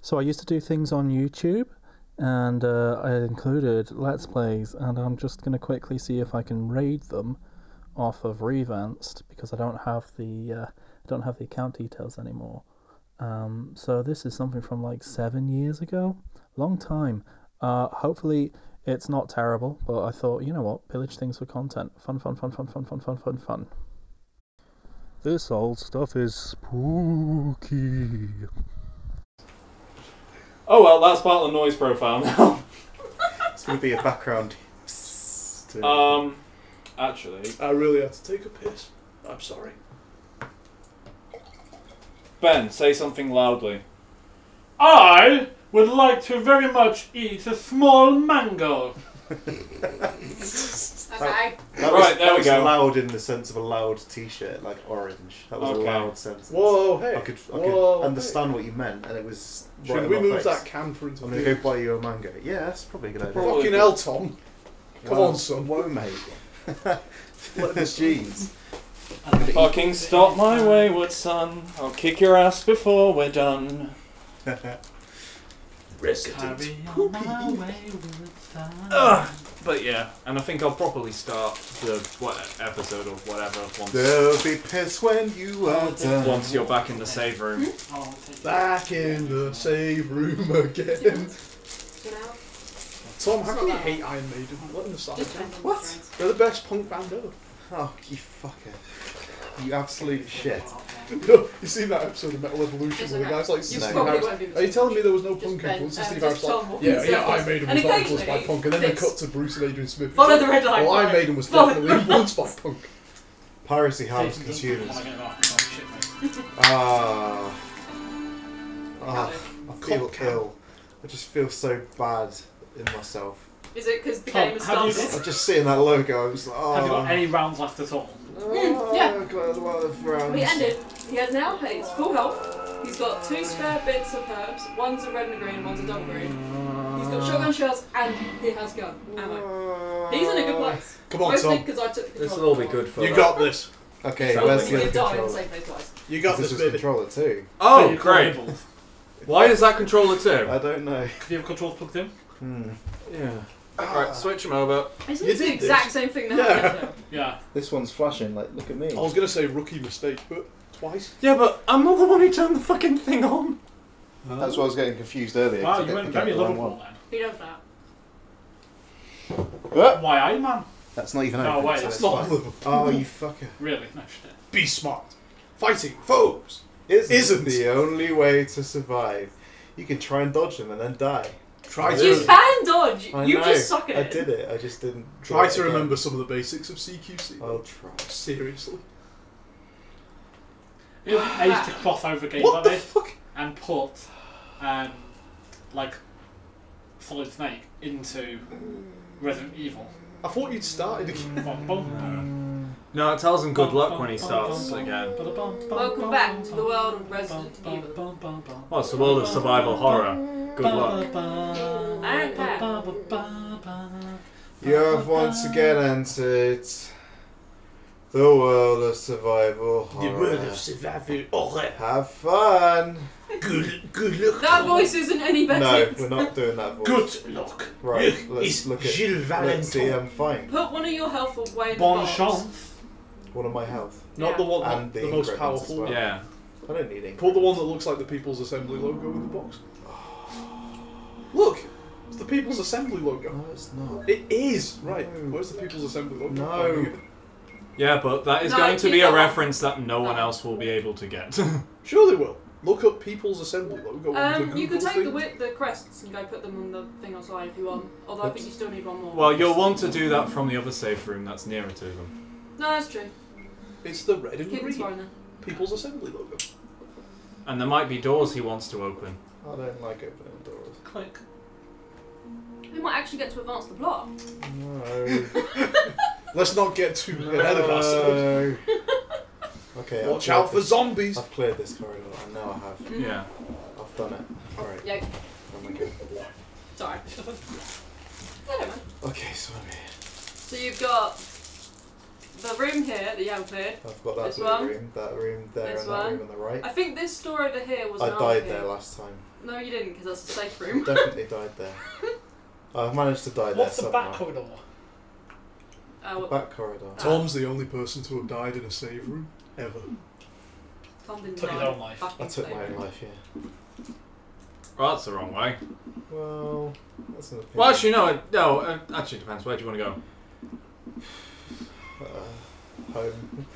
So I used to do things on YouTube, and uh, I included Let's Plays, and I'm just going to quickly see if I can raid them off of Revanced because I don't have the uh, I don't have the account details anymore. Um, so this is something from like seven years ago, long time. Uh, hopefully it's not terrible, but I thought you know what, pillage things for content, fun, fun, fun, fun, fun, fun, fun, fun, fun. This old stuff is spooky. Oh well, that's part of the noise profile now. It's going to be a background. to- um, actually, I really had to take a piss. I'm sorry. Ben, say something loudly. I would like to very much eat a small mango. Okay. Okay. Right, that was, there that we was go. loud in the sense of a loud T-shirt, like orange. That was Okay. a loud sense. Whoa, hey. I could, I Whoa, could hey. understand what you meant, and it was. Should right in we my move face. that camper into I'm the going to go buy you a mango. Yeah, that's probably a good idea. Probably. Fucking hell, Tom. Come Wow. on, son. Whoa, mate. Let the jeans. Fucking stop my wayward son. I'll kick your ass before we're done. Resident. Ugh. But yeah, and I think I'll properly start the what episode or whatever once There'll be piss when you are done. once you're back in the save room. Back in the save room again. Tom, how can you hate Iron Maiden? Let them aside. What? They're the best punk band ever. Oh, you fucker. You absolute shit. No, you seen that episode of Metal Evolution Just where the okay. guy's like, You Steve probably Harris. won't be the Are you same. telling me there was no Just punk Ben, influence? um, And Steve just Harris like, Tom walking yeah, in yeah, Iron circles. Maiden And was influenced by occasionally punk. And then they this. cut to Bruce and Adrian Smith. Follow the red line. Well, Iron Maiden was Follow definitely the- influenced by punk. Piracy harms consumers. Ah. Ah, I feel Cock ill. I just feel so bad in myself. Is it because the Tom, game has have you started? I'm just seeing that logo. I was like, oh. Have you Um, got any rounds left at all? oh, Mm, yeah. I've got a lot of rounds. We ended. He has now his full health. He's got two spare bits of herbs. One's a red and a green, one's a double green. He's got shotgun shells and he has gun ammo. He's in a good place. Come on, Mostly Tom. because I took the This control. for You got this. Okay, So where's we the did other die in the controller? same place twice. You got This is this, baby. controller too. So Oh, your great. controller balls. Why is that controller too? I don't know. Uh, Do you have controls plugged in? Hmm. Yeah. Alright, switch them over. Isn't You this the did this. exact same thing that Yeah. happened yesterday? Yeah. This one's flashing. Like, look at me. I was going to say rookie mistake, but twice. Yeah, but I'm not the one who turned the fucking thing on. That's why I was getting confused earlier. Wow, 'cause I you kept thinking went very it was the lovable wrong Who does that? one. then. Why Iron Man? That's not even No, open. wait, so it's not fine. livable. Oh, you fucker. Really? No shit. Be smart. Fighting foes. Isn't, Isn't. the only way to survive. You can try and dodge them and then die. Try I to. you did. can dodge. I you know. just suck at I it. did it. I just didn't. do Try it Oh. to again. remember some of the basics of CQC. I'll try. Seriously. It would be ace to cross over games What like the this fuck? and put, um, like, Solid Snake into Resident Evil. I thought you'd started again. Bum, bum, No, it tells him good bum, luck bum, when he bum, starts bum, again. bum, bum, bum, Welcome bum, back to the bum, world of bum, Resident bum, Evil. bum, bum, bum. Well, it's the world of survival horror. Good luck. I don't care. You have once again entered the world of survival. horror. survival. Oh, Have fun. good, good luck. That voice isn't any better. No, we're not doing that. Voice. luck. Right. Let's look at. Gilles Let's see. um, I'm fine. Put one of your health away in Bon the box. chance. What am I health? Not Yeah. the one, And the, the most ingredients powerful. as well. Yeah. I don't need it. Put the one that looks like the People's Assembly logo in the box. Look, it's the People's Assembly logo. No, it's not. It is right. No. Where's the People's Assembly logo? No. Yeah, but that is No, going to keep be a going. reference that no one else will be able to get. Sure they will. Look up People's Assembly logo. on Um, the you can Google take thing. the wi- the crests and go put them on the thing outside if you want. Although I think you still need one more. well, you'll want to do that from the other safe room that's nearer to them. no, that's true. It's the red and Keep green exploring then. People's Assembly logo. And there might be doors he wants to open. I don't like opening doors. Click. We might actually get to advance the plot. No. Let's not get too ahead Uh, of ourselves. No. okay. Watch I've out for cleared this- zombies. I've cleared this corridor. I know I have. Yeah. I've done it. All right. Yeah, Oh my god. sorry. I don't know. Okay, so I'm here. So you've got the room here that you haven't cleared. I've got that This blue one. room, that room there, This and that one. room on the right. I think this door over here was. I an died arcade. there last time. No, you didn't, because that's a safe room. Definitely died there. I've managed to die What's the there back somehow. corridor? Uh, what, back corridor. Tom's the only person to have died in a save room ever. Tom didn't Took his die. own life. Back I in took safe my own room. life, yeah. Well, that's the wrong way. Well, that's an opinion. Well, actually, no. it- No, uh, actually, it depends. Where do you want to go? Uh, home.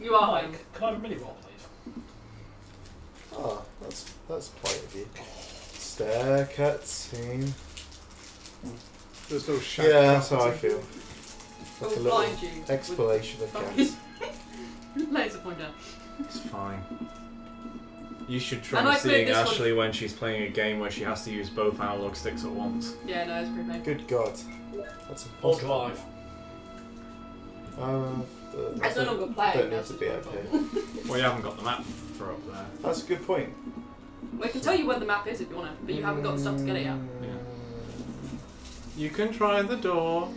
You are home. Mike, can I have a mini roll, please? Ah, that's that's polite of you. Stare cutscene. There's no shack. Yeah, that's how I feel. Like I a will little blind you. explanation of cats. With laser pointer. It's fine. You should try And I played seeing this one. Ashley when she's playing a game where she has to use both analog sticks at once. Yeah, no, it's pretty big. Good God, that's Or impossible. drive? Uh, I that's, no a, longer play. Don't need that's to just be my up fault. Well, you haven't got the map for up there. that's a good point. Well, I can tell you where the map is if you want to, but you haven't got stuff to get it yet. You can try the door.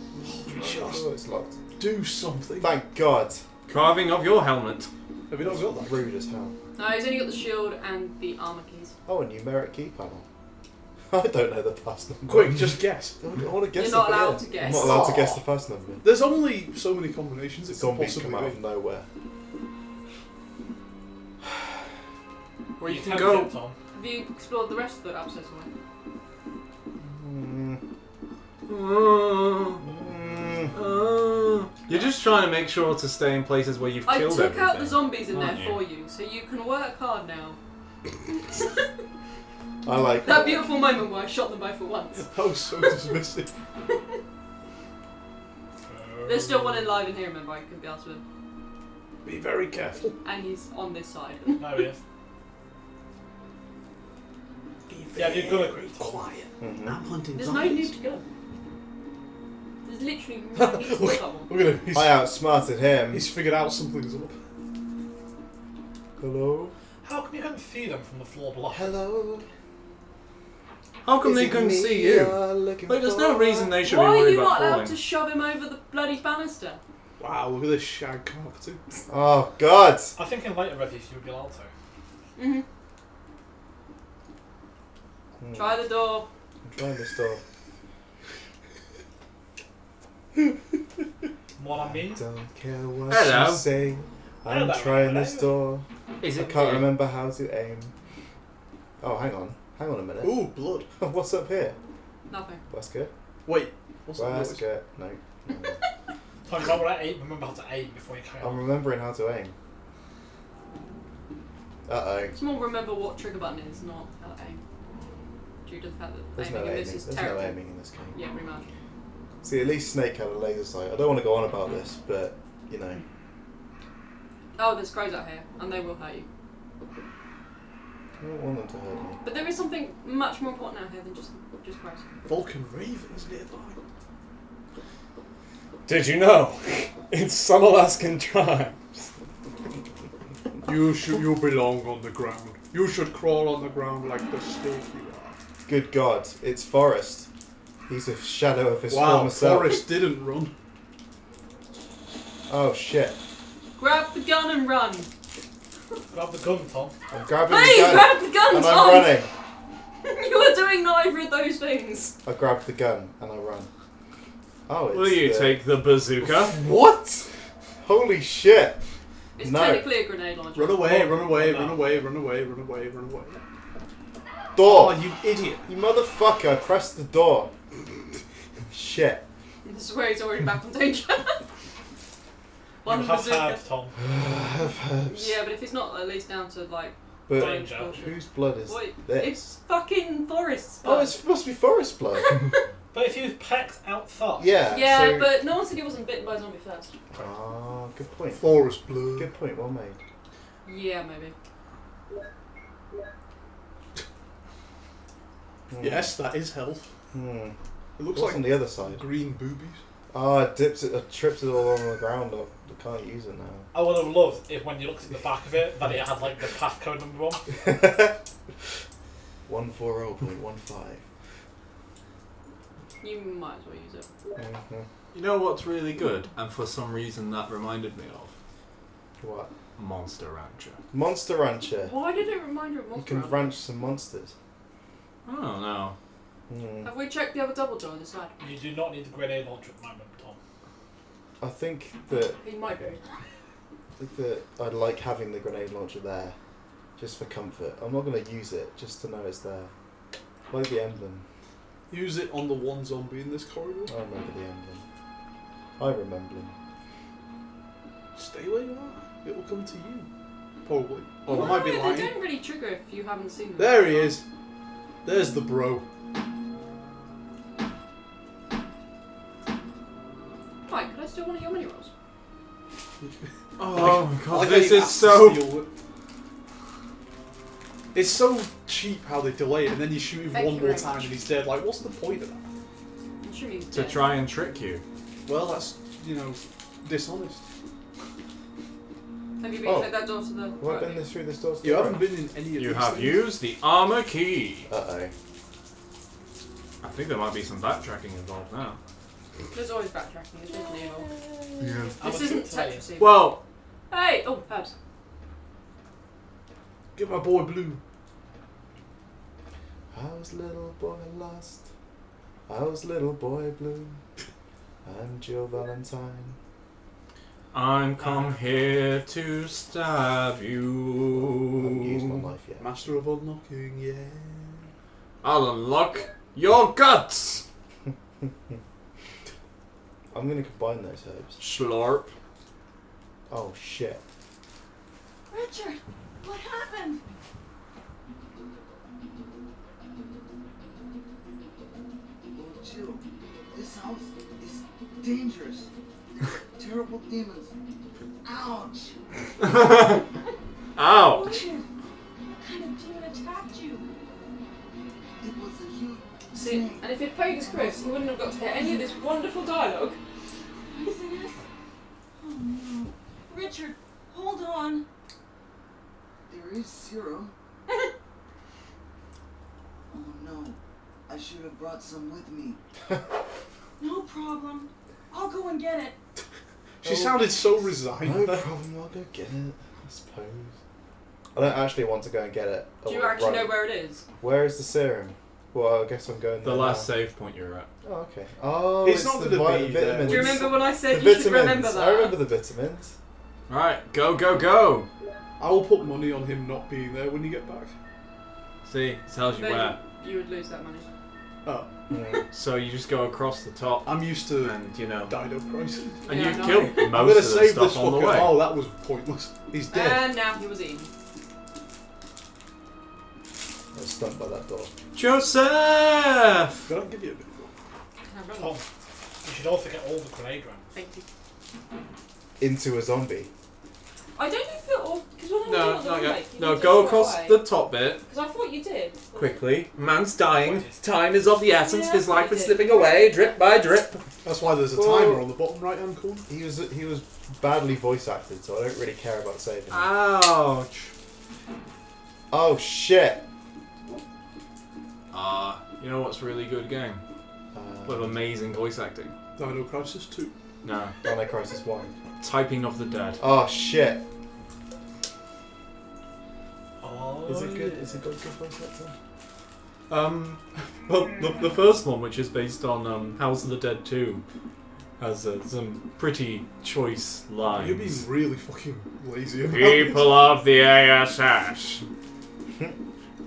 Just Oh, it's locked. do something. Thank God. Carving of your helmet. Have you not got that? Rude as hell. No, he's only got the shield and the armor keys. Oh, a numeric key panel. I don't know the pass number. Quick, just guess. I want to guess. You're not the- allowed to I'm guess. not allowed to guess the pass number. There's only so many combinations it could Zombies possibly come out of be. nowhere. Well, you Have can a go. sip, Tom. Have you explored the rest of the episode somewhere? Mm-hmm. Mm, Mm, mm. mm. You're just trying to make sure to stay in places where you've I killed took out the everything. zombies in there Aren't you? for you, so you can work hard now. I like That beautiful moment where I shot them both at once. That was so dismissive. There's still one alive in here, remember? I couldn't be asked with him. Be very careful. And he's on this side. No, he is. Yeah, you've got a quick Quiet. Mhm. hunting There's no need to go. There's literally no need to kill that one. Look at him. He's, I outsmarted him. he's figured out something's up. Hello. How can you not see them from the floor below? Hello. How come Is they it couldn't me see you? you're looking Like, there's no for? reason they should Why be are worried you about not falling. allowed to shove him over the bloody banister? Wow, look at this shag carpeting. Oh God. I think in later reviews you'll be allowed to. hmm Hmm, Try the door. I'm trying this door. What I mean? Don't care what Hello. you say. I'm Hello, trying this hello. door. Is I can't remember how to aim. Oh, hang on. Hang on a minute. Ooh, blood. What's up here? Nothing. That's good. Wait. What's that That's noise? good. No. no. Tom, is that what I ate? Remember how to aim before you carry I'm Um, on. remembering how to aim. Uh oh. It's more remember what trigger button is, not how to aim. Due to the fact that There's aiming no in aiming. this is There's terrible. no aiming in this game. Yeah, pretty much. See, at least Snake had a laser sight. I don't want to go on about this, but you know, Oh, there's crows out here, and they will hurt you. I don't want them to hurt me. But there is something much more important out here than just just crows. Vulcan Raven is nearby. Did you know? It's some Alaskan tribe. You should. You belong on the ground. You should crawl on the ground like the snake you are. Good God, it's Forrest. He's a shadow of his wow, former self. Forrest didn't run. Oh shit! Grab the gun and run. Grab the gun, Tom. I'm grabbing Please the gun grab the gun, and I'm Tom. running. you are doing neither of those things. I grab the gun and I run. Oh, it's Will you the- take the bazooka? what? Holy shit! It's No. technically a grenade launcher. Run away, Oh, run away, no. run away, run away, run away, run away. Door, Oh, you idiot! you motherfucker! I pressed the door. shit. This is where he's already back on danger. You One have bazooka. had, Tom. Yeah, but if it's not at least down to like But Danger. whose blood is Wait, this? it's fucking Forrest's Oh, blood. it's supposed to be forest blood. But if you've packed outside, yeah. yeah, so- but no one said he wasn't bitten by a zombie first. Oh, good point. Forest blue. Good point. Well made. Yeah, maybe. Hmm. Yes, that is health. Hmm. It looks What's on like the other side? green boobies. Oh, it dips it. it trips it all on the ground. I I can't use it I would have loved if when you looked at the back of it that it had like the path code number on. now. One four zero point one five. You might as well use it. Mhm. You know what's really good, and for some reason that reminded me of? What? Monster Rancher. Monster Rancher. Why did it remind you of You Monster can Ranch? ranch some monsters. I don't know. Mm. Have we checked the other double jaw on this side? You do not need the grenade launcher at the moment, Tom. I think that, He might be. that I'd like having the grenade launcher there, just for comfort. I'm not going to use it, just to know it's there. Like the emblem. Use it on the one zombie in this corridor. I remember the emblem. I remember him. Stay where you are. It will come to you. Probably. Oh. Or I Well, might be they lying. don't really trigger if you haven't seen them. There he is. There's the bro. Right, could I still one of your mini rolls? Oh my I god, like how this you is asked to so. steal it. It's so cheap how they delay it, and then you shoot him Thank one you more very time much. and he's dead. Like, what's the point of that? I'm sure he's To dead. try and trick you. Well, that's you know dishonest. Have you been Oh. take that door to the Have I been this through this door? You haven't been in any You of these have things. used the armor key. Uh oh. I think there might be some backtracking involved now. There's always backtracking, it's just Nemo. Yeah. I'm This a isn't good player. Tetris either. Well, Hey! Oh, Herbs. Get my boy blue. I was little boy lost. I was little boy blue. I'm Joe Valentine. I'm come here to stab I haven't used my you. knife yet. Master of unlocking, yeah. I'll unlock your guts. I'm gonna combine those herbs. Slurp. Oh shit. Richard, what happened? Chill. This house is dangerous. Terrible demons. Ouch! Ouch. Richard, what kind of demon attacked you? It was a huge See, snake. and if he'd played as Chris, he wouldn't have got to hear any of this wonderful dialogue. Poisonous? Oh no. Richard, hold on. There is serum. oh no. I should have brought some with me. No problem. I'll go and get it. Oh. She sounded so No resigned. there. problem, I'll go get it, I suppose. I don't actually want to go and get it. I Do you want to actually run. know where it is? Where is the serum? Well, I guess I'm going The there last now. save point you're at. Oh, okay. Oh, It's it's, not the gonna vi- be there. vitamins. Do you remember when I the said you vitamins? should remember I that? remember the vitamins. Right, go, go, go. I will put money on him not being there when you get back. See, it tells you Then where. You would lose that money. Oh, Mm. So you just go across the top, I'm used to and you know, Dino crisis. and Yeah, you've no. killed most I'm gonna of the save this stuff on the fucker. way. Oh, that was pointless. He's Uh, dead. And now he was eaten. I was stunned by that door. Joseph. Can I give you a bit more? Can I Oh. Tom, run? you should also get all the grenade rounds. Thank you. Into a zombie. I don't think that all. Because when I No, was no, on the go, way, you no. did Go it across right the away. top bit 'Cause I thought you did. quickly. Man's dying. What is- Time is of the essence. Yeah, His life is I did. slipping away, drip by drip. That's why there's a Well- timer on the bottom right hand corner. He was he was badly voice acted, so I don't really care about saving. him. Ouch. oh shit! Ah, you know what's a really good game with Uh, amazing voice acting? Dino Crisis 2. No, Dino Crisis One. typing of the dead. Oh shit! Oh, Is it good? Is it got good voice acting? Um, well, the, the first one, which is based on um, House of the Dead 2, has uh, some pretty choice You're being lines. really fucking lazy about People of the ASS.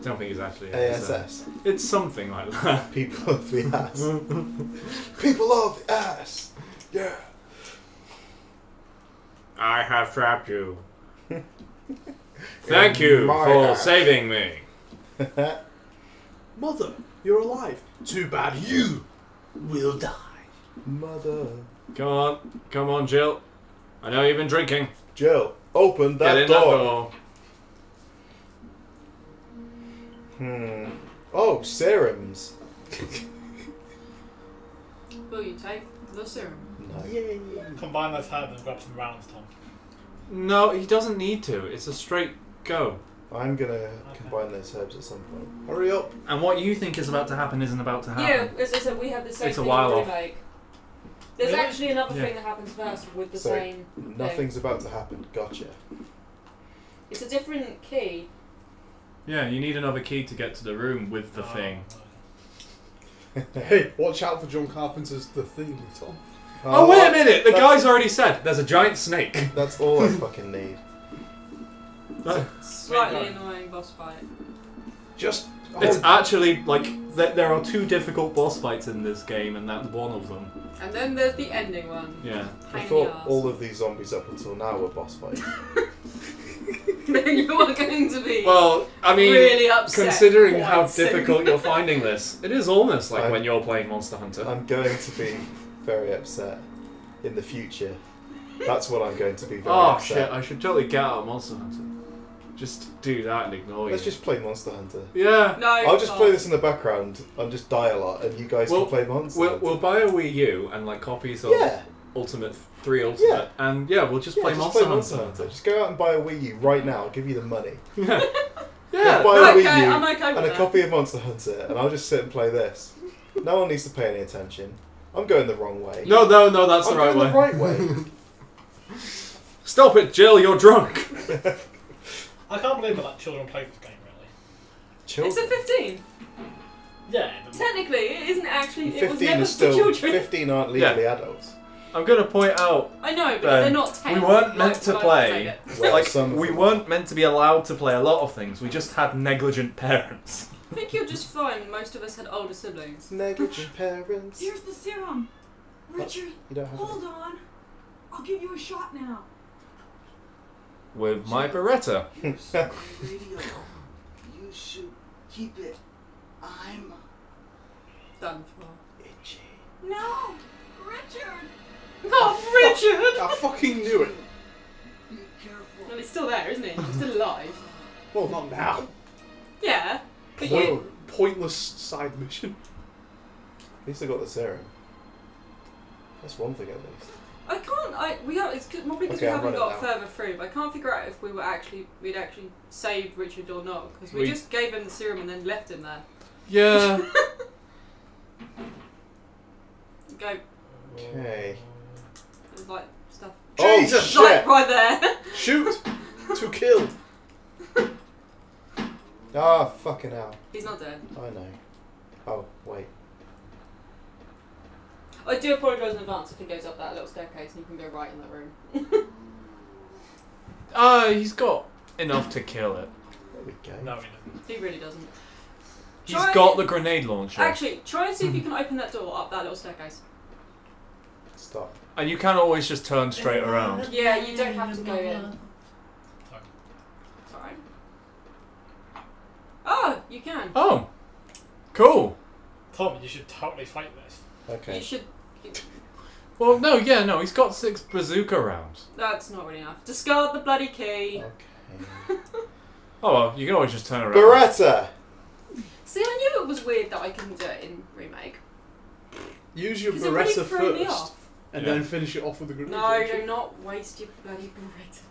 Don't think it's actually ASS. It's something like that. People of the ass. People of the ass. Yeah. I have trapped you. Thank you my for ass. saving me. this. Mother, you're alive. Too bad you will die. Mother. Come on, come on, Jill. I know you've been drinking. Jill, open that, Get in door. that door. Hmm. Oh, serums. Will you take the serum? No. Yay. Combine that time and grab some rounds, Tom. No, he doesn't need to. It's a straight go. I'm gonna combine those herbs at some point. Hurry up. And what you think is about to happen isn't about to Yeah, happen. as I said, we had the same Ah. It's a thing while with off. the remake. There's Really? actually another Yeah. thing that happens first with the Sorry. same. Nothing's about to happen. Gotcha. It's a different key. Yeah, you need another key to get to the room with the thing. Hey, watch out for John Carpenter's The Thing, Tom. Oh, wait a minute! The that's- guy's already said there's a giant snake. That's all I fucking need. Slightly Wait, annoying boss fight. Just. Oh, It's actually like th- there are two difficult boss fights in this game, and that's one of them. And then there's the ending one. Yeah. I Pain in the thought arse. all of these zombies up until now were boss fights. then you are going to be Well, I mean, really upset. considering how quite soon. difficult you're finding this, it is almost like I- when you're playing Monster Hunter. I'm going to be very upset in the future. That's what I'm going to be very oh shit! upset. I should totally get out of Monster Hunter. Just do that and ignore Let's you. just play Monster Hunter. yeah. No. I'll just can't. play this in the background and just die a lot, and you guys Well, can play Monster We'll, Hunter. we'll buy a Wii U and like copies of yeah, Ultimate Three Ultimate, and yeah, we'll just yeah, play just Monster play Hunter. Monster Hunter. Just go out and buy a Wii U right now. I'll give you the money. Yeah. Just yeah. buy a Okay, Wii U I'm okay with and a that. copy of Monster Hunter, and I'll just sit and play this. No one needs to pay any attention. I'm going the wrong way. No, no, no. That's I'm the right going way. the right way. Stop it, Jill. You're drunk. I can't believe that children play this game, really. It's a 15. Yeah, but Technically, it isn't actually. It was 15 never is still for children. 15 aren't legally adults. I'm gonna point out I know, but Ben, they're not 10. we weren't Not meant to quite play. like it. Well, like some of we them. weren't meant to be allowed to play a lot of things. We just had negligent parents. I think you're just fine. Most of us had older siblings. Negligent parents. You Here's the serum. Richard, don't have any. hold on. I'll give you a shot now. With my Beretta. Here's some radio. You should keep it. I'm Done for. itchy. No! Richard! Oh, Richard! I fucking knew it. Be careful. And it's still there, isn't it? It's still alive. Well, not now. Yeah. But Well, you. pointless side mission. At least I got the serum. That's one thing at least. I can't. I we have. It's 'cause- probably because Okay, we I'll haven't run it got now. further through. But I can't figure out if we were actually we'd actually saved Richard or not because we, We- just gave him the serum and then left him there. Yeah. Go Okay. like stuff. Jesus! Jesus! Oh Like shit! right there. Shoot! to kill! Ah, fucking hell. He's not dead. I know. Oh, wait. I do apologise in advance if he goes up that little staircase and you can go right in that room. Ah, he's got enough to kill it. There we go. no, we didn't. He really doesn't. He's Try- got the Hmm. grenade launcher. Actually, try and see if you can open that door up that little staircase. Stop. And you can always just turn straight around. Yeah, you don't have to go in. Sorry. Sorry. Oh, you can. Oh. Cool. Tom, you should totally fight this. You Okay. should. Well, no, yeah, no, he's got six bazooka rounds. That's not really enough. Discard the bloody key. Okay. Oh, well, you can always just turn around. Beretta! See, I knew it was weird that I couldn't do it in remake. Use your Because it really Beretta threw me first, off. and Yeah. then finish it off with the grenade. No, do not waste your bloody Beretta.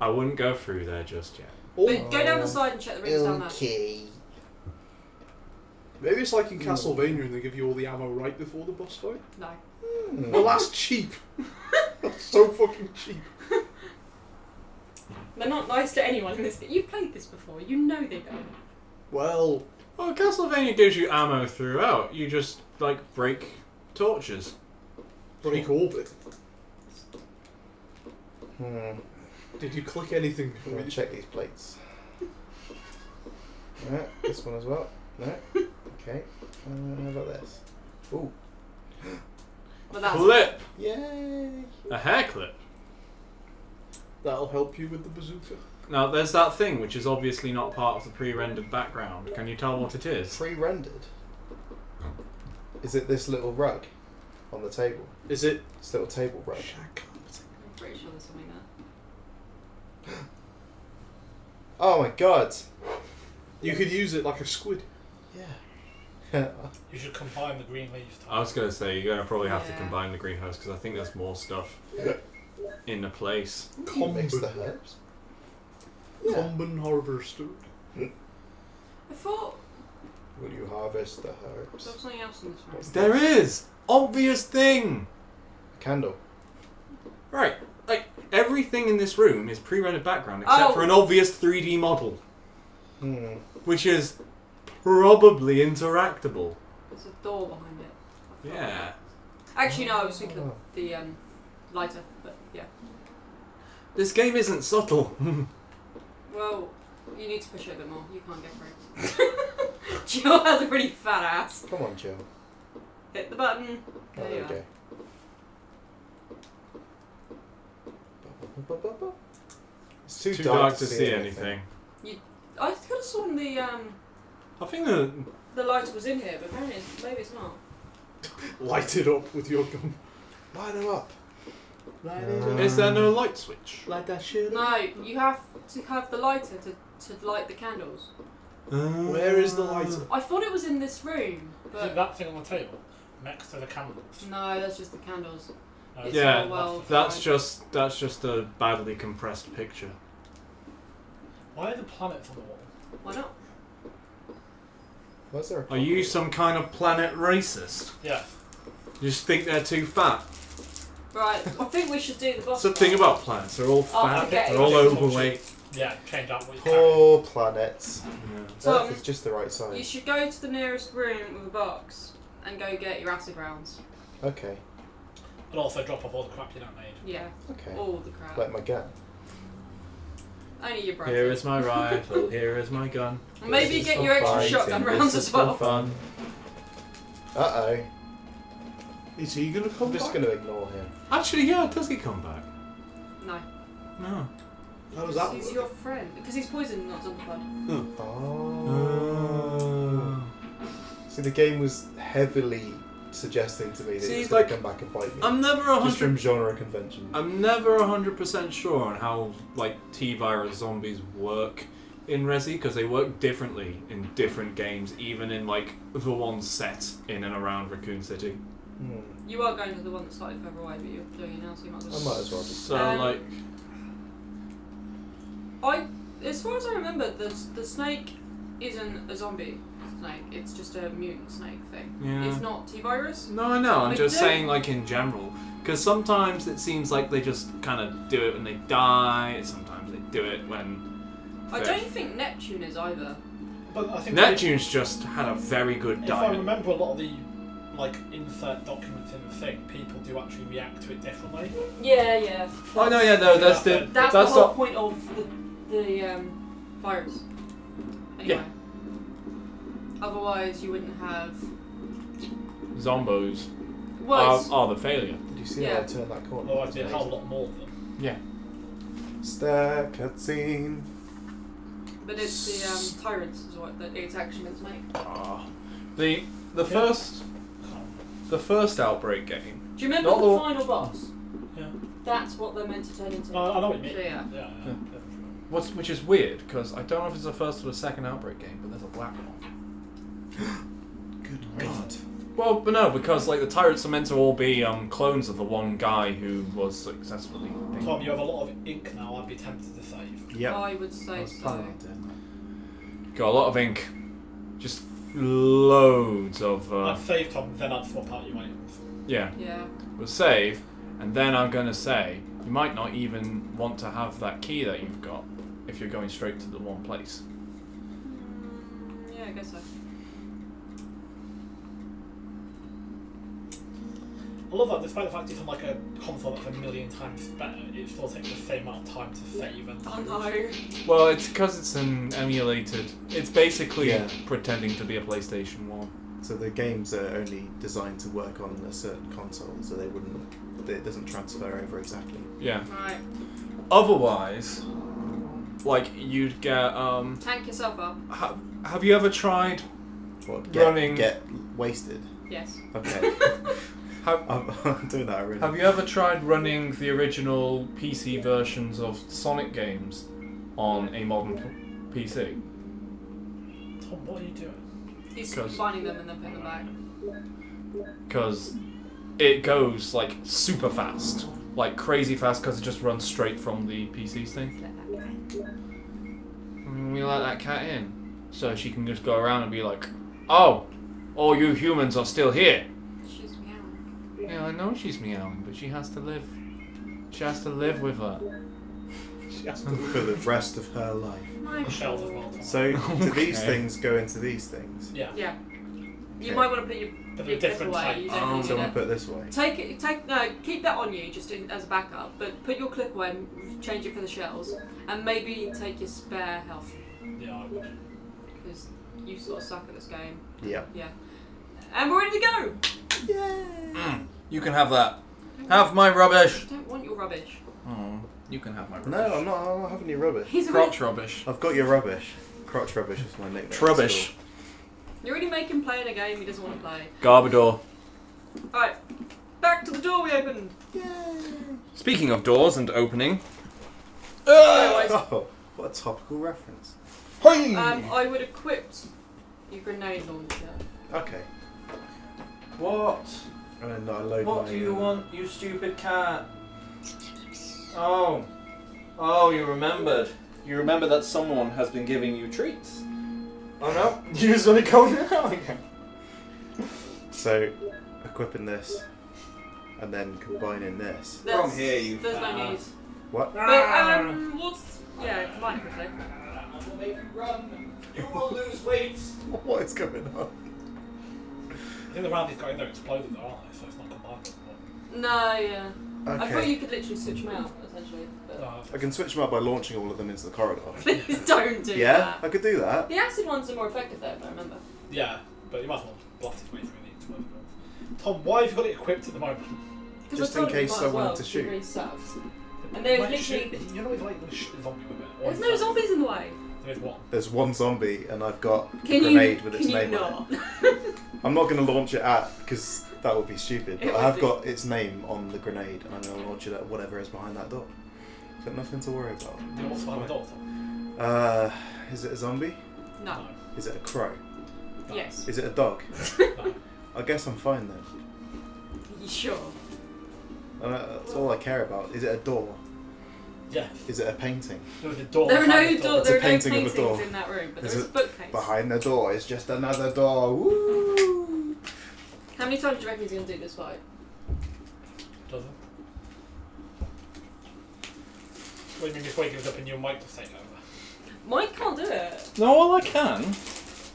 I wouldn't go through there just yet. Or But go down the side and check the rooms down there. Okay. maybe it's like in Castlevania and they give you all the ammo right before the boss fight. No. Hmm. Well, that's cheap. that's so fucking cheap. They're not nice to anyone in this game. You've played this before. You know they don't. Well, Well, Castlevania gives you ammo throughout. You just, like, break torches. break orbit. Hmm. Did you click anything? I'm gonna check these plates. No, this one as well. No. Okay. And then how about this? Ooh. But that's Clip! Yay! A hair clip. That'll help you with the bazooka. Now, there's that thing which is obviously not part of the pre rendered background. Can you tell what it is? Pre rendered. Oh. Is it this little rug on the table? Is it? This little table rug. I'm pretty sure there's something there. Oh my god! You could use it like a squid. Yeah. You should combine the green leaves. Tom. I was going to say, you're going to probably have to Yeah. combine the greenhouse because I think there's more stuff in the place. You mix the herbs. Yeah. Common harvester. I thought Will you harvest the there was herbs? something else in this room. There is! Obvious thing! Candle. Right, like, Everything in this room is pre-rendered background except Oh. for an obvious 3D model, Hmm. which is probably interactable. There's a door behind it. Yeah. Actually, no, I was thinking of the um, lighter, but yeah. This game isn't subtle. Well, you need to push it a bit more. You can't get through. Jill has a pretty fat ass. Come on, Jill. Hit the button. Oh, There there you we are. go. Ba, ba, ba, ba, ba. It's too, Too dark to see anything. I could have sworn the um, I think that the lighter was in here, but apparently it's, maybe it's not. Light it up with your gun. Light him up. Light is there no light switch? Light that shit No, you have to have the lighter to, to light the candles. Where Uh, is the lighter? I thought it was in this room, Is it but that thing on the table next to the candles? no, that's just the candles. No, It's Yeah, all well That's fine. just that's just a badly compressed picture. Why the planets on the wall? Why not? Where's there a Are you copy? some kind of planet racist? Yeah. You just think they're too fat. Right, I think we should do the That's bottom. the thing about planets. They're all fat. Oh, okay. They're all overweight. Yeah, change out what you carry. Poor planets. Tom, Earth is just the right You size. should go to the nearest room with a box and go get your acid rounds. Okay, And also drop off all the crap you don't need. Yeah, okay. all the crap. Like my gun. Only your breath. Here is my rifle. Here is my gun. And Maybe This get is your for extra fighting, shotgun rounds as well. Fun. Uh oh. Is he gonna come I'm just back? gonna ignore him. Actually, yeah. Does he come back? No, No. How does that he's work? your friend because he's poisoned, not zombified. Oh. See, the game was heavily suggesting to me that See, he's gonna like, come back and bite me. I'm never a just hundred. from genre convention. I'm never a hundred percent sure on how like T virus zombies work in Resi because they work differently in different games, even in like the one set in and around Raccoon City. Hmm. You are going to the one that's slightly further away, but you're doing it now, so you might as I well. might as well just. So Um, like, I, as far as I remember, the the snake isn't a zombie snake. It's just a mutant snake thing. yeah. It's not T virus. No, I know. I'm But just don't- saying, like in general, because sometimes it seems like they just kind of do it when they die. Sometimes they do it when I Fair. don't think Neptune is either. But I think Neptune's just had a very good If I diamond. remember a lot of the like insert documents in the thing, people do actually react to it differently. Yeah, yeah. Oh no, yeah, no, that's the That's, that's, the whole not. point of the the um, virus. Anyway. Otherwise, you wouldn't have. Zombos Well, it's- are the failure. Did you see Yeah. how I turned that corner? Otherwise, there'd be a whole lot more of them. Stair cutscene. but it's the um, tyrants is what that it's actually meant to make. Ah. the the first the first outbreak game. Do you remember Not the, the- final boss? Yeah. That's what they're meant to turn into. Uh, I, I know what you mean. So, yeah. yeah, yeah. What's which is weird because I don't know if it's the first or the second outbreak game, but there's a black one. Good God. Well, but no, because like the tyrants are meant to all be um, clones of the one guy who was successfully. Tom, you have a lot of ink now. I'd be tempted to save. Yep. I would say so. Got a lot of ink. Just loads of. Uh, I'd save Tom, then I'd swap out your items. yeah, Yeah. we'll save, and then I'm going to say you might not even want to have that key that you've got if you're going straight to the one place. Mm, yeah, I guess so. I love that, despite the fact it's on like a console that's a million times better, it still takes the same amount of time to save and. Oh no. Well, it's because it's an emulated. It's basically Yeah. pretending to be a PlayStation One. So the games are only designed to work on a certain console, so they wouldn't. It doesn't transfer over exactly. Yeah. Right. Otherwise, like you'd get. Um, Tank yourself up. ha- have you ever tried? What, get, Running- Get wasted. Yes. Okay. Have, I'm, I'm doing that already. Have you ever tried running the original PC versions of Sonic games on a modern p- PC? Tom, what are you doing? He's 'Cause- finding them and then putting them back. Because it goes like super fast, like crazy fast, because it just runs straight from the PC's thing. Let that go. We let that cat in, so she can just go around and be like, "Oh, all you humans are still here." She's meowing. Yeah, I know she's meowing, but she has to live. She has to live with her. She has to. for the rest of her life. My Shells as well. So do these Okay. things go into these things? Yeah. Yeah. You Okay. might want to put your But they're your clip different away. types. You Oh, don't need So I'm to gonna put it this way. Take it. Take no. Keep that on you, just in, as a backup. But put your clip away, and change it for the shells, and maybe take your spare health Yeah, I would. because you sort of suck at this game. Yeah. And we're ready to go. Mm, You can have that. Have my rubbish. I don't want your rubbish. Oh, you can have my rubbish. No, I'm not. I'm not having your rubbish. He's already, Crotch rubbish. I've got your rubbish. Crotch rubbish is my nickname. at Trubbish. school. you're already making him play in a game he doesn't want to play. Garbador. All right, back to the door we opened. Speaking of doors and opening. Anyways, Oh, what a topical reference. um, I would equip your grenade launcher. Okay. What? And then I load What my, do you uh, want, you stupid cat? Oh. Oh, you remembered. You remember that someone has been giving you treats. Oh no, you just want to go now again. So, equipping this, and then combining this. That's- here, you There's no fat. news. What? But um, what's yeah? Come on, quickly. You will lose weight. What is going on? I think the round they've got in there exploded though, aren't they? So it's not combined. No, yeah. I thought Okay. Oh. you could literally switch them out, essentially. But, But uh, I can switch them up by launching all of them into the corridor. please don't do Yeah, that. I could do that. The acid ones are more effective, though, if I remember. yeah, but you might as well blast his way through the exploded ones. Tom, why have you got it equipped at the moment? Because Just I told in you case might I as wanted well, to it shoot. Really sucks. And there's Like, literally- shoot- you know if like you shoot a zombie with it. or There's no zombies in the way. There's one. There's one zombie, and I've got a Can grenade you? with its can name you on it. not? I'm not going to launch it at because that would be stupid. It But would I have be. got its name on the grenade, and I'm going to launch it at whatever is behind that door. So nothing to worry about. Do you also have a dog? Tom? Uh, is it a zombie? no. Is it a crow? No. Yes. Is it a dog? No. I guess I'm fine then. You sure? And I- Uh, that's all I care about. Is it a door? Yeah. Is it a painting? There was a door. there are no behind the door, It's there a are no painting of a paintings door. in that room, but Is there is a it bookcase. Behind the door is just another door. Woo! How many times do you reckon he's gonna do this fight? Doesn't. What do you mean before he gives up and your mic will take over? Mike can't do it. No, well I can.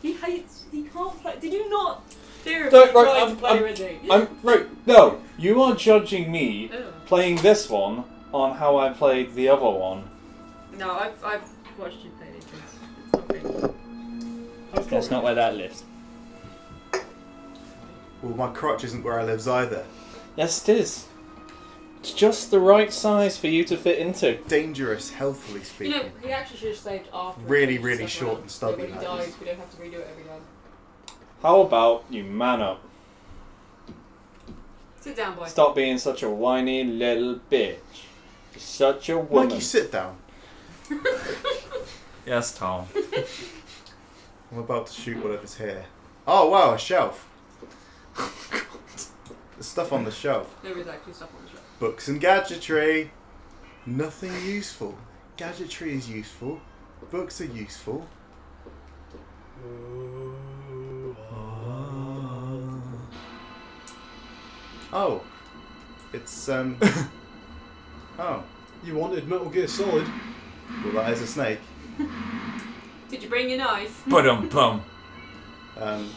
He hates. He can't play. Did you not? Theory Don't- right, try to I'm- play I'm- Rizzy. I'm right. No, you are judging me Ew. playing this one on how I played the other one. No, I've, I've watched you play these things. It's not good. That's not where that lives. Well, my crotch isn't where I lives either. Yes, it is. It's just the right size for you to fit into. Dangerous, healthily You speaking. know, he actually should have saved after. Really, he really saved short round, and stubby So when he like this. dies, we don't have to redo it every time. How about you man up? Sit down, boy. Stop being such a whiny little bitch. You're such a Mike, woman. you sit down. Yes, Tom. I'm about to shoot whatever's here. Oh wow, a shelf. There's stuff on the shelf. There is actually stuff on the shelf. Books and gadgetry. Nothing useful. Gadgetry is useful. Books are useful. Oh, it's um. oh, You wanted Metal Gear Solid. well that is a snake. Did you bring your knife? But um bum. Um,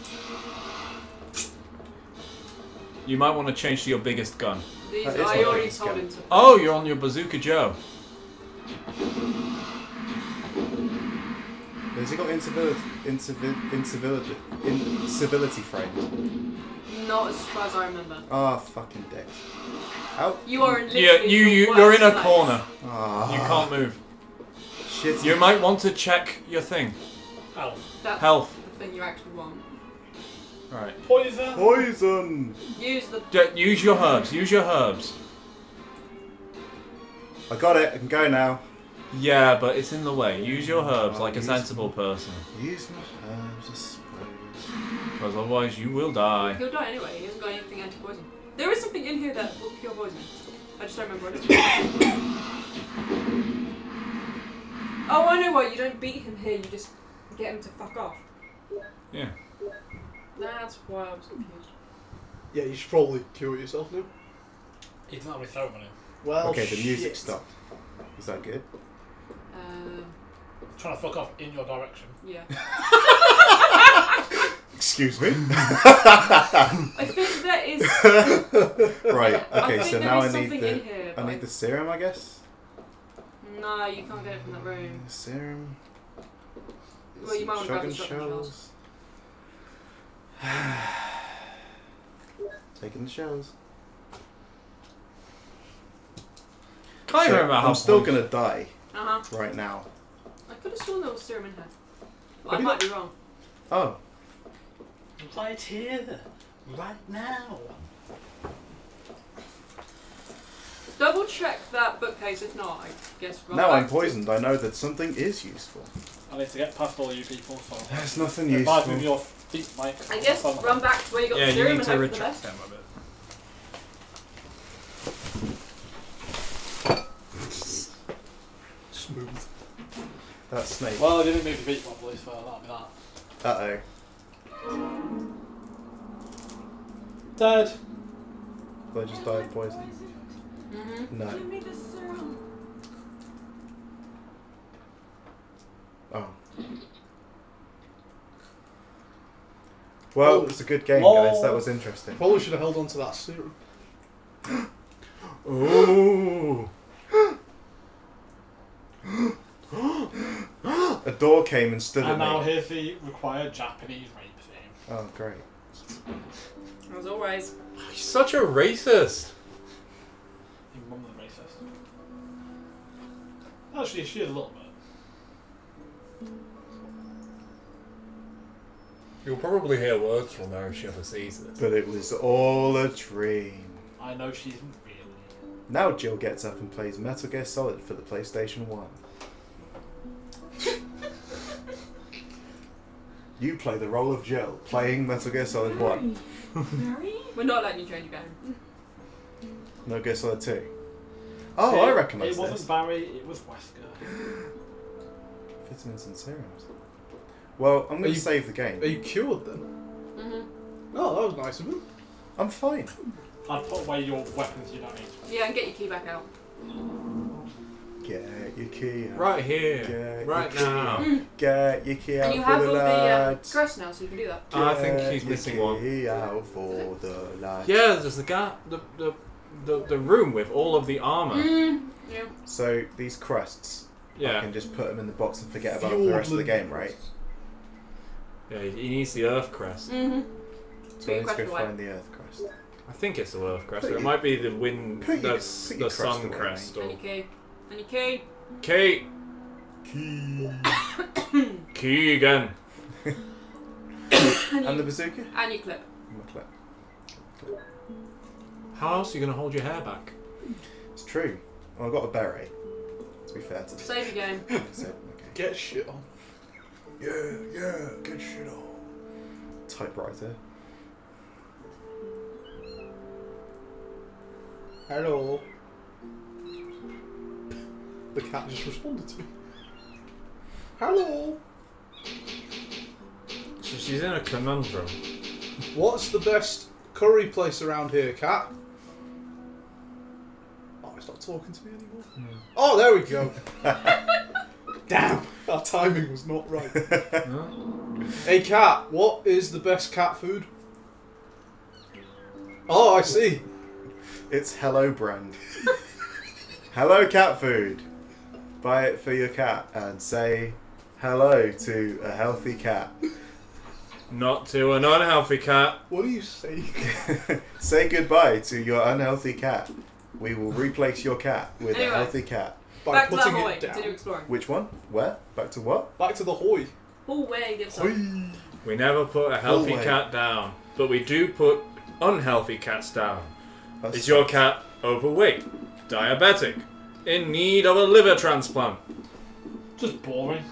You might want to change to your biggest gun. These, That is I what already it's told got. him to. Oh, you're on your bazooka, Joe. has it got incivility? Incivi- incivility? Incivility frame? Not as far as I remember. Ah, fucking dicks. Out. You are in literally Yeah, you, the you worst you're in a place. corner. Ah, You can't move. Shit. You might want to check your thing. Ow. That's Health. the thing you actually want. Right. Poison. poison. Use the. D- use your herbs. Use your herbs. I got it. I can go now. Yeah, but it's in the way. Use your herbs like a Use- sensible person, Use my herbs, I suppose. because otherwise you will die. He'll die anyway. He hasn't got anything anti-poison. There is something in here that will cure poison. I just don't remember what it is. oh, I know why. You don't beat him here. You just get him to fuck off. Yeah. That's why I was confused. Yeah, you should probably cure yourself now. He doesn't have any ceremony. Well, okay, the music shit. stopped. Is that good? Um, Trying to fuck off in your direction. yeah. Excuse me. I think there is. right. I Okay. think so there now is I need something the in here, I but need the serum, I guess. No, you can't get it from that room. Serum. Well, you might wanna grab the Shotgun shotgun shells. Taking the shells. Can't So, even remember how I'm still much- gonna die Uh huh. right now. I could have sworn there was serum in here. But I Have you might be wrong. Oh, Right here, right now. Double check that bookcase. If not, I guess. we'll now go I'm back to- poisoned. I know that something is useful. I need to get past all you people. For There's nothing Revive with useful. your feet, Mike. I guess Some- run back to where you got Yeah, the you serum need and to hope for the retract best. them a bit. Smooth. That snake. Uh Well, I didn't move your feet properly, so that'll be that. oh. Dead. I just died of poison. Mm-hmm. No. Give me the serum. Oh. Well, Oh. it's a good game, guys. That was interesting. Probably should have held on to that serum. Ooh. a door came and stood And now at me. here's the required Japanese rape thing. Oh, great. As always. He's such a racist. Your mum was racist. Actually, she is a little bit. You'll probably hear words from her if she ever sees this. But it was all a dream. I know she's really. Now Jill gets up and plays Metal Gear Solid for the PlayStation 1. you play the role of Jill, playing Metal Gear Solid 1. Very? We're not letting you change your game. Metal Gear Solid 2. Oh, I It- recognise It wasn't this. Barry, it was Wesker. Vitamins and serums. Well, I'm Are going you- to save the game. Are you cured then? Mm-hmm. No, that was nice of him. I'm fine. I'd put away your weapons you don't need. Yeah, and get your key back out. Get your key out. Right here. Yeah, right you- now. Get your key out and you for have the all the uh, lads. dress now, so you can do that. I think Get he's your missing one. key out for the lads. Yeah, there's the guy, the, the, the, the room with all of the armor. Mm, yeah. So these crests, I Yeah, can just put them in the box and forget about Fueled the rest of the with- game, right? yeah. He needs the Earth Crest. Mm-hmm. So I need to question go away. find the Earth crest. I think it's the Earth Crest. Or Put it your- might be the wind, put the, your- put the your crest Sun away, Crest. And Or your key. And your key. Kate Keegan. And And, the your, bazooka? and your clip. My clip. How else are you gonna hold your hair back? It's true. Well, I got a beret. To be fair to Save your game. them. So, okay. Get shit on. Yeah, yeah, good shit on. Typewriter. Hello. The cat just responded to me. Hello. So she's in a conundrum. What's the best curry place around here, cat? Oh, it's not talking to me anymore. Oh, there we go. Damn, our timing was not right. Huh? hey, cat, what is the best cat food? Oh, I see. It's Hello Brand. hello cat food. Buy it for your cat and say hello to a healthy cat. Not to an unhealthy cat. What do you say? say goodbye to your unhealthy cat. We will replace your cat with Anyway. a healthy cat. By back to that putting hallway. it down. Continue exploring. Oh, Which one? Where? Back to what? Back to the hoy. Hallway gives up. Hoy. We never put a healthy Hallway. cat down, but we do put unhealthy cats down. That's- Is your cat overweight, diabetic, in need of a liver transplant? Just boring.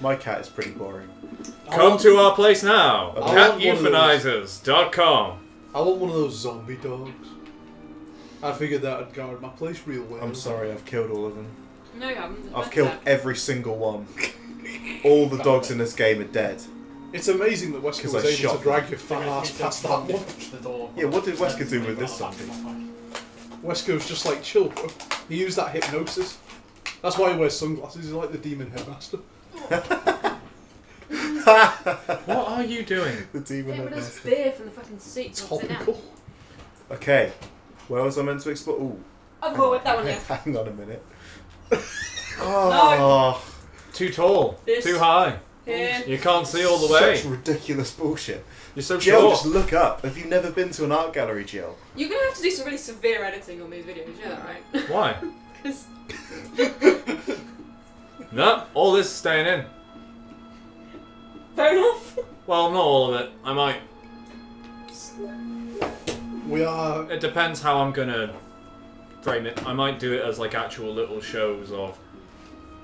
My cat is pretty boring. Come to our place now, I want one of those. cateuphonizers.com. I want one of those zombie dogs. I figured that would guard my place real well. I'm sorry, I've killed all of them. No, you haven't. I've That's killed it. every single one. All the dogs in this game are dead. It's amazing that Wesker 'Cause was I able shot to drag your fat ass past that one. The door. Yeah, what did Wesker do with this zombie? Wesker was just like, chill, bro. He used that hypnosis. That's why he wears sunglasses. He's like the demon headmaster. What are you doing? The demon Get rid of headmaster. this beer from the fucking seat. Topical. Okay, where was I meent to explore? Ooh, I'll go with that one, yeah. hang on a minute. oh, Too tall. This. Too high. Here. You can't see all the way. Such ridiculous bullshit. You're so Jill, short. just look up. Have you never been to an art gallery, Jill? You're gonna have to do some really severe editing on these videos, you know that, right? Why? 'Cause- No, all this is staying in. fair enough. Well, not all of it. I might. We are. It depends how I'm gonna frame it. I might do it as like actual little shows of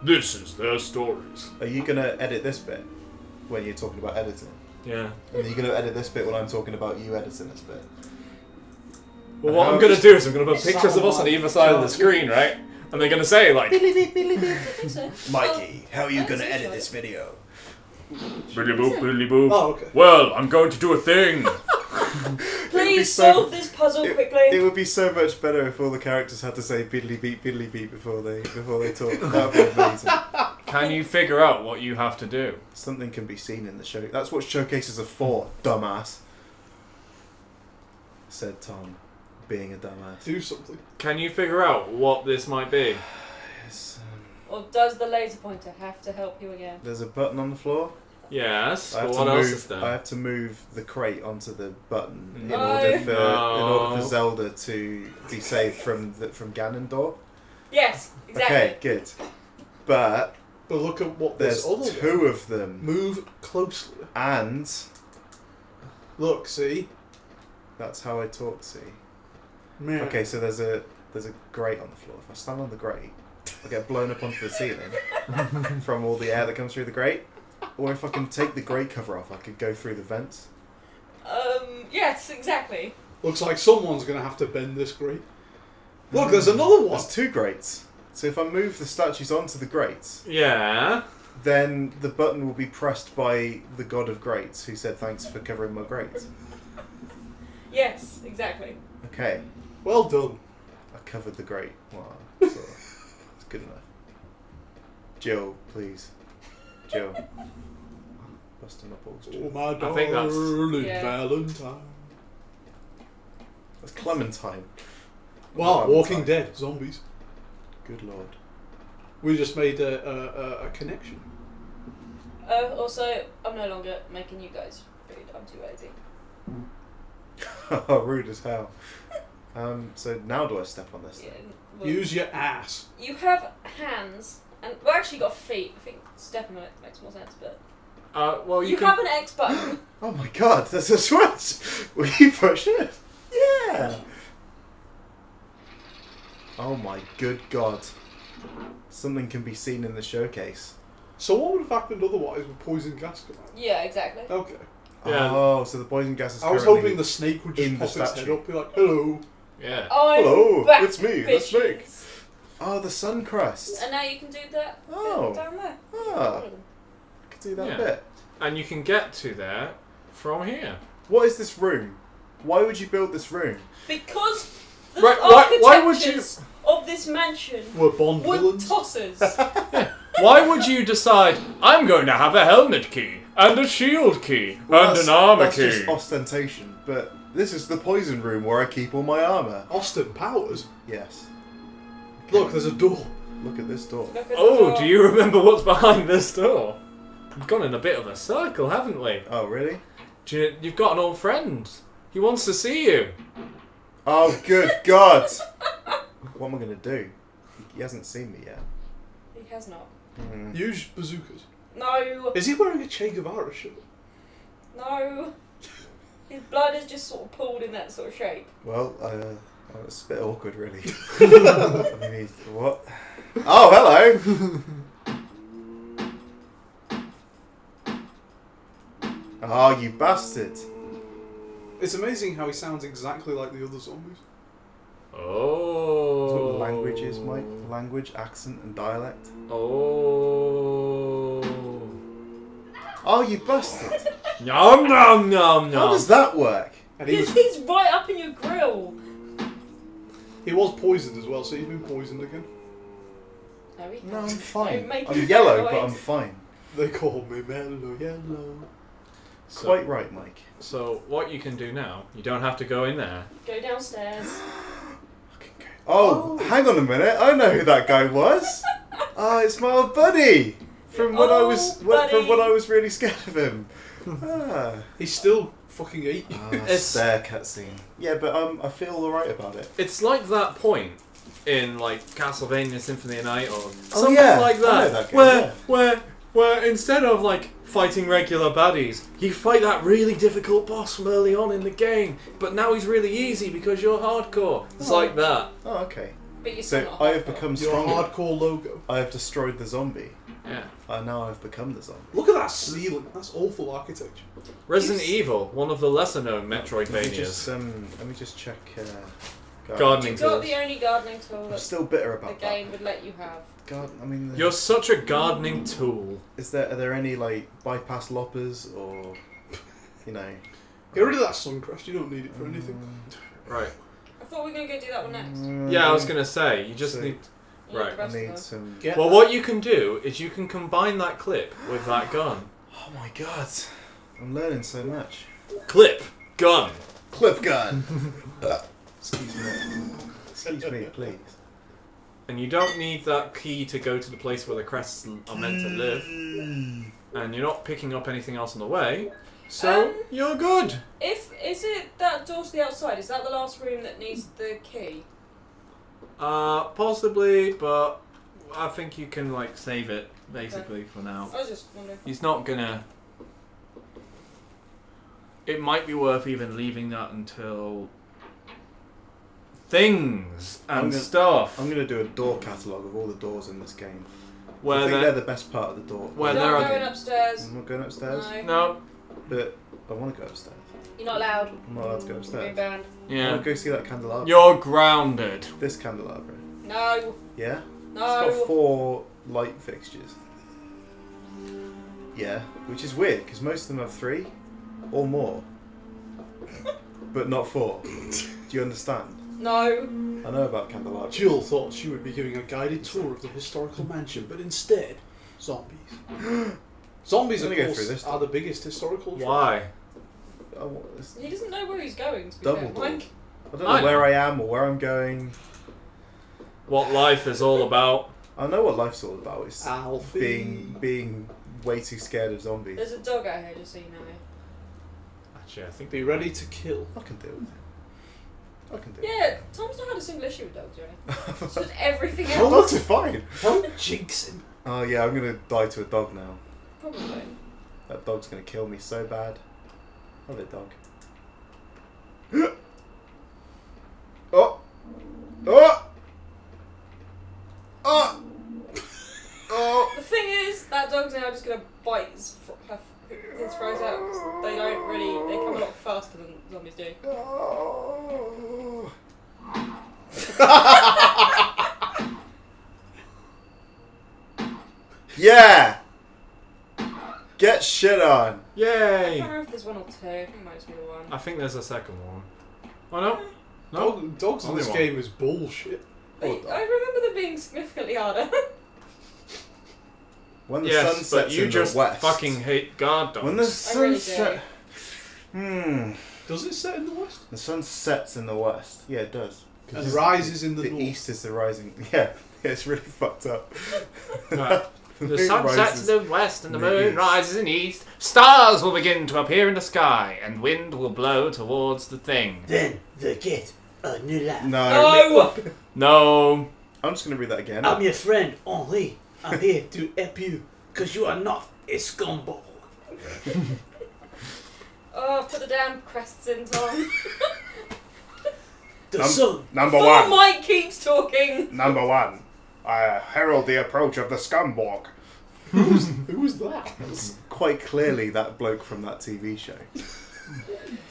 this is their stories. Are you gonna edit this bit when you're talking about editing? Yeah. And are you gonna edit this bit when I'm talking about you editing this bit? Well, And what how- I'm gonna do is I'm gonna put pictures of us on either side of the screen, right? And they're gonna say like, Oh. Mikey, how are you That's gonna a edit shot. this video? "Billy boop, billy boop." Oh, okay. Well, I'm going to do a thing. Please so- solve this puzzle it- quickly. It would be so much better if all the characters had to say biddly beep, biddly beep before they before they talk. That would be amazing. Can you figure out what you have to do? Something can be seen in the show. That's what showcases are for, dumbass. Said Tom, being a dumbass. Do something. Can you figure out what this might be? Yes, um, Or does the laser pointer have to help you again? there's a button on the floor. Yes. I But have, what to else move, is I there? have to move the crate onto the button in No. order for in order No. for Zelda to be saved from the, from Ganondorf. Yes, exactly. Okay, good. But But look at what there's this other one- two of them, Move closely. and Look, see? that's how I talk. See. Man. Okay, so there's a there's a grate on the floor. If I stand on the grate, I get blown up onto the ceiling from all the air that comes through the grate. Or if I can take the grate cover off, I could go through the vents. Um, yes, exactly. Looks like someone's going to have to bend this grate. Look, there's another one. There's two grates. So if I move the statues onto the grates, Yeah. then the button will be pressed by the god of grates, who said thanks for covering my grate. Yes, exactly. Okay, Well done. I covered the grate. Wow, sort of. it's good enough. Jill, please, Jill. Busting my balls, Jill. Oh, my I think that's- darling Yeah. Valentine. That's Clementine. Wow, Valentine. Walking Dead, zombies. Good lord. We just made a, a, a, a connection. Uh, also, I'm no longer making you guys food. I'm too lazy. Oh, Rude as hell. Um, so now do I step on this Yeah, thing? well, Use your ass. you have hands, and well, actually got feet. I think stepping on it makes more sense, but Uh, well, you, you, can. have an X button. Oh my god, there's a switch! Will you push it? Yeah! Oh my good god. Something can be seen in the showcase. So what would have happened otherwise with poison gas come out? yeah, exactly. Okay. Yeah. Oh, so the poison gas is I was currently- hoping the snake would in just the pop its head statue. up, be like, hello. Yeah. I'm Hello, Oh, back, it's me, the snake. bitches. Oh, the sun crest! And now you can do that Oh. down there. Ah, I could do that Yeah. bit. And you can get to there from here. What is this room? Why would you build this room? Because The Right, why- why would you- architectures of this mansion We're Bond wood villains. tossers. Why would you decide I'm going to have a helmet key and a shield key and that's- an armor that's key? just ostentation, but this is the poison room where I keep all my armor. Austin Powers. Yes. Look, there's a door. Look at this door. Look at Oh, the do you remember what's behind this door? We've gone in a bit of a circle, haven't we? Oh, really? Do you, you've got an old friend. He wants to see you. Oh, good God! What am I gonna do? He hasn't seen me yet. He has not. Mm. Use bazookas. No, Is he wearing a Che Guevara shirt? no. His blood is just sort of pooled in that sort of shape. Well, uh, oh, it's a bit awkward, really. I mean, what? Oh, hello! oh, you bastard! It's amazing how he sounds exactly like the other zombies. That's Oh. what language is, Mike. Language, accent, and dialect. Oh. Oh, Oh, you busted. Nom nom nom nom. How does that work? And he He's, was, he's right up in your grill. he was poisoned as well, so he's been poisoned again. There we go. No, I'm Don't fine. make I'm it yellow, but noise. I'm fine. They call me Mellow Yellow. So- Quite right, Mike. So what you can do now, you don't have to go in there. Go downstairs. Oh, hang on a minute. I know who that guy was. Ah, it's my old buddy. From when I was Oh, when, buddy. from when I was really scared of him. Ah. He still fucking ate you. Ah, It's- stare cutscene. Yeah, but um, I feel all right about it. It's like that point in like Castlevania Symphony of the Night or Oh, something yeah. like I that, know that game, where yeah. where where instead of like fighting regular baddies, you fight that really difficult boss from early on in the game, but now he's really easy because you're hardcore. It's like that. Oh, okay. But you're still So not I have hardcore. become Your stronger. hardcore logo. I have destroyed the zombie. Yeah. I now I've become the zombie. Look at that ceiling. That's awful architecture. Resident Yes. Evil, one of the lesser known Let me Metroidvanias. just um, let me just check. Uh, garden. Gardening You've got tools. the only gardening tool I'm that still bitter the about that. game would let you have. Garden. I mean, the- You're such a gardening tool. is there are there any like bypass loppers or you know? Get rid of that sun crest. You don't need it for anything. Right. I thought we were going to go do that one next. Yeah, I was gonna say, you just So- need You need Right. the I rest Mm. Uh, of need them. some. Get Well what you can do is you can combine that clip with that gun. Oh my god, I'm learning so much. Clip, gun. Clip gun. Excuse me. Excuse me, please. And you don't need that key to go to the place where the crests are meant to live. And you're not picking up anything else on the way. So Um, you're good. If is it that door to the outside? Is that the last room that needs the key? Uh possibly, but I think you can like save it basically for now. I was just wondering. He's not gonna It might be worth even leaving that until things I'm and gonna- stuff I'm gonna do a door catalogue of all the doors in this game. I where think there- they're the best part of the door. Where You're there not are- going upstairs. I'm not going upstairs, No, No. but I want to go upstairs. you're not allowed. I'm not allowed to go You're being upstairs. banned. I Yeah. want to go see that candelabra. You're grounded. This candelabra. No, Yeah. It's got no. four light fixtures. Yeah, which is weird because most of them have three or more, but not four. Do you understand? No. I know about candelabra. Jill thought she would be giving a guided tour of the historical mansion, but instead, zombies. zombies, Let of me go course, through this. are the biggest historical. threat. Why? I, want this- He doesn't know where he's going. To be Double fair. door. Mike, I don't know I know. where I am or where I'm going. What life is all about. I know what life's all about. It's Alfie. being being way too scared of zombies. there's a dog out here, just so you know. Actually, I think Be ready to kill. I can deal with it. I can deal. Yeah, Tom's not had a single issue with dogs, really. It's with it. just everything Well, dogs else. are fine. Don't jinx him. Oh yeah, I'm gonna die to a dog now. Probably. That dog's gonna kill me so bad. Love it, dog. oh! Oh! Oh! Oh! The thing is, that dog's now just gonna bite his, fr- her, his frogs out 'cause they don't really. They come a lot faster than zombies do. Oh! Oh! yeah! Get shit on! I Yay! can't remember if there's one or two. I think it might just be the one. I think there's a second one. Oh no. No. Dog, dogs in Only this one. game is bullshit. But Oh, I remember them being significantly harder. When the sun yes, sets but you in just the west. fucking hate guard dogs. When the I sun really do. set. Hmm. Does it set in the west? The sun sets in the west. Yeah, it does. And rises in the, The north. east is the rising. Yeah, yeah it's really fucked up. Right. The moon sun sets rises. in the west and the in the moon east. rises in the east. Stars will begin to appear in the sky and wind will blow towards the thing. Then the kid on your lap. No, no! No. I'm just gonna read that again. Um, I'm your friend, Henri. I'm here to help you, because you are not a scumbag. Oh, put the damn crests in, Tom. The Num- sun Number Before one. Mike keeps talking. Number one. I herald the approach of the scumbag. Who was that? Quite clearly, that bloke from that TV show.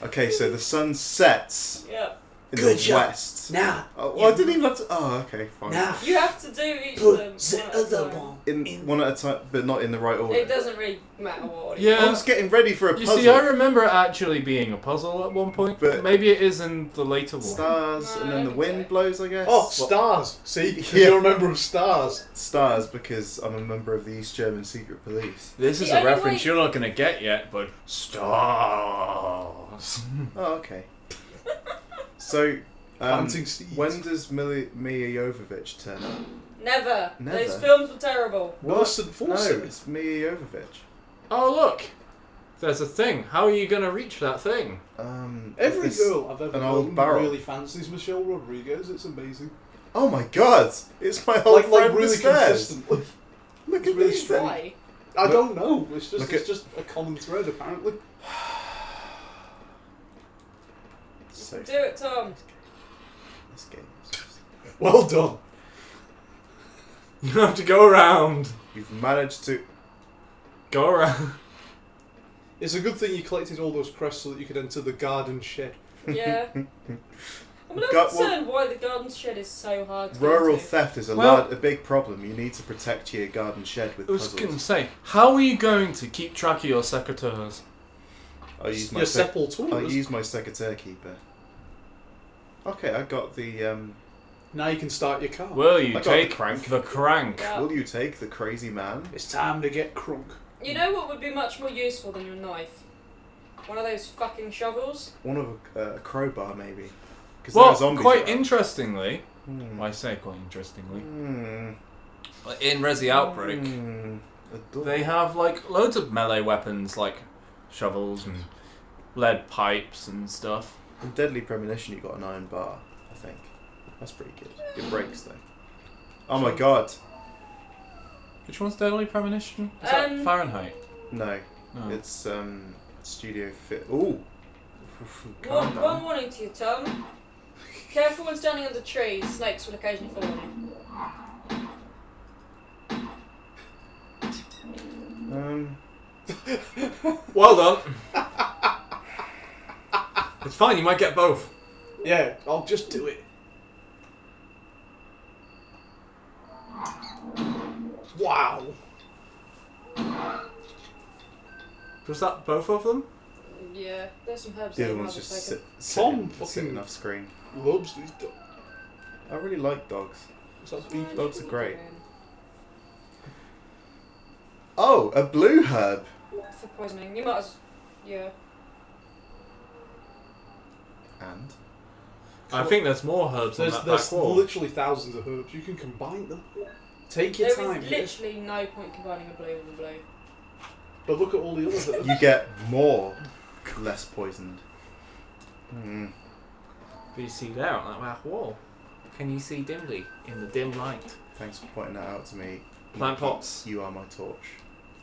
Okay, so the sun sets Yeah. in Good the shot. west. Now. Oh, well, I didn't even have to. Oh, okay, fine. Now. You have to do each of Put them. the one at a other time. one. In, one at a time, but not in the right order. It doesn't really matter what order. Yeah. I was getting ready for Oh, a You puzzle. see, I remember it actually being a puzzle at one point, but maybe it is in the later one. Stars, and then the wind blows, I guess. Oh, Well, stars. See, 'Cause Yeah. you're a member of stars. Stars, because I'm a member of the East German secret police. This is The a only reference way- you're not going to get yet, but stars. Oh, okay. so, um, Planting seeds. when does Mili- Mia Jovovich turn up? Never. Never. Those films were terrible. Wilson Fawcett. No, it's Mia Jovovich. Oh, look! There's a thing. How are you going to reach that thing? Um, Every it's girl I've ever an old known barrel. really fancies Michelle Rodriguez. It's amazing. Oh my god! It's my old like, friend like really upstairs. consistently. Look It's at really these strange. things. Why? I Look- don't know. It's just look it's at- just a common thread apparently. So, Do it, Tom. this game is just- Well done. You have to go around. You've managed to. Go around. It's a good thing you collected all those crests so that you could enter the garden shed. Yeah. I'm a little Got one. concerned why the garden shed is so hard to get Rural into. theft is a Well- lar- a big problem. You need to protect your garden shed with I was puzzles. going to say, how are you going to keep track of your secateurs? I use my Your sec- sepal tool. I use my secretary keeper. Okay, I got the. Um, Now you can start your car. Will you I got the take crank. Oh, The crank. Yeah. Will you take the crazy man? It's time to get crunk. You know what would be much more useful than your knife? One of those fucking shovels. One of a, uh, a crowbar, maybe. Because there are Well, zombies. quite around. interestingly, Hmm. well, I say quite interestingly, Hmm. in Resi Outbreak, Hmm. A door. They have like loads of melee weapons, like shovels and lead pipes and stuff. In Deadly Premonition, you got an iron bar, I think. That's pretty good. It breaks, though. Oh my god. Which one's Deadly Premonition? Is Um, that Fahrenheit? No. No. It's um, Studio Fit. Ooh! Calm One, one down. warning to you, Tom. Careful when standing under trees. Snakes will occasionally fall on you. Um, Well done. it's fine. You might get both. Yeah, I'll just do it. Wow. Was that both of them? Yeah, there's some herbs. the that other you one's might have just taken. sit, Tom sitting, sitting fucking- off screen. Loves these dogs. I really like dogs. Is that beef? Dogs are great. Oh, a blue herb! For poisoning. You might as. Yeah. And? I think there's more herbs on There's, that there's back wall. literally thousands of herbs. You can combine them. Take There your is time. yeah. literally no point combining a blue with a blue. But look at all the other herbs. You get more less poisoned. Hmm. But you see there on that back wall. Can you see dimly in the dim light? Thanks for pointing that out to me. Plant pots. You are my torch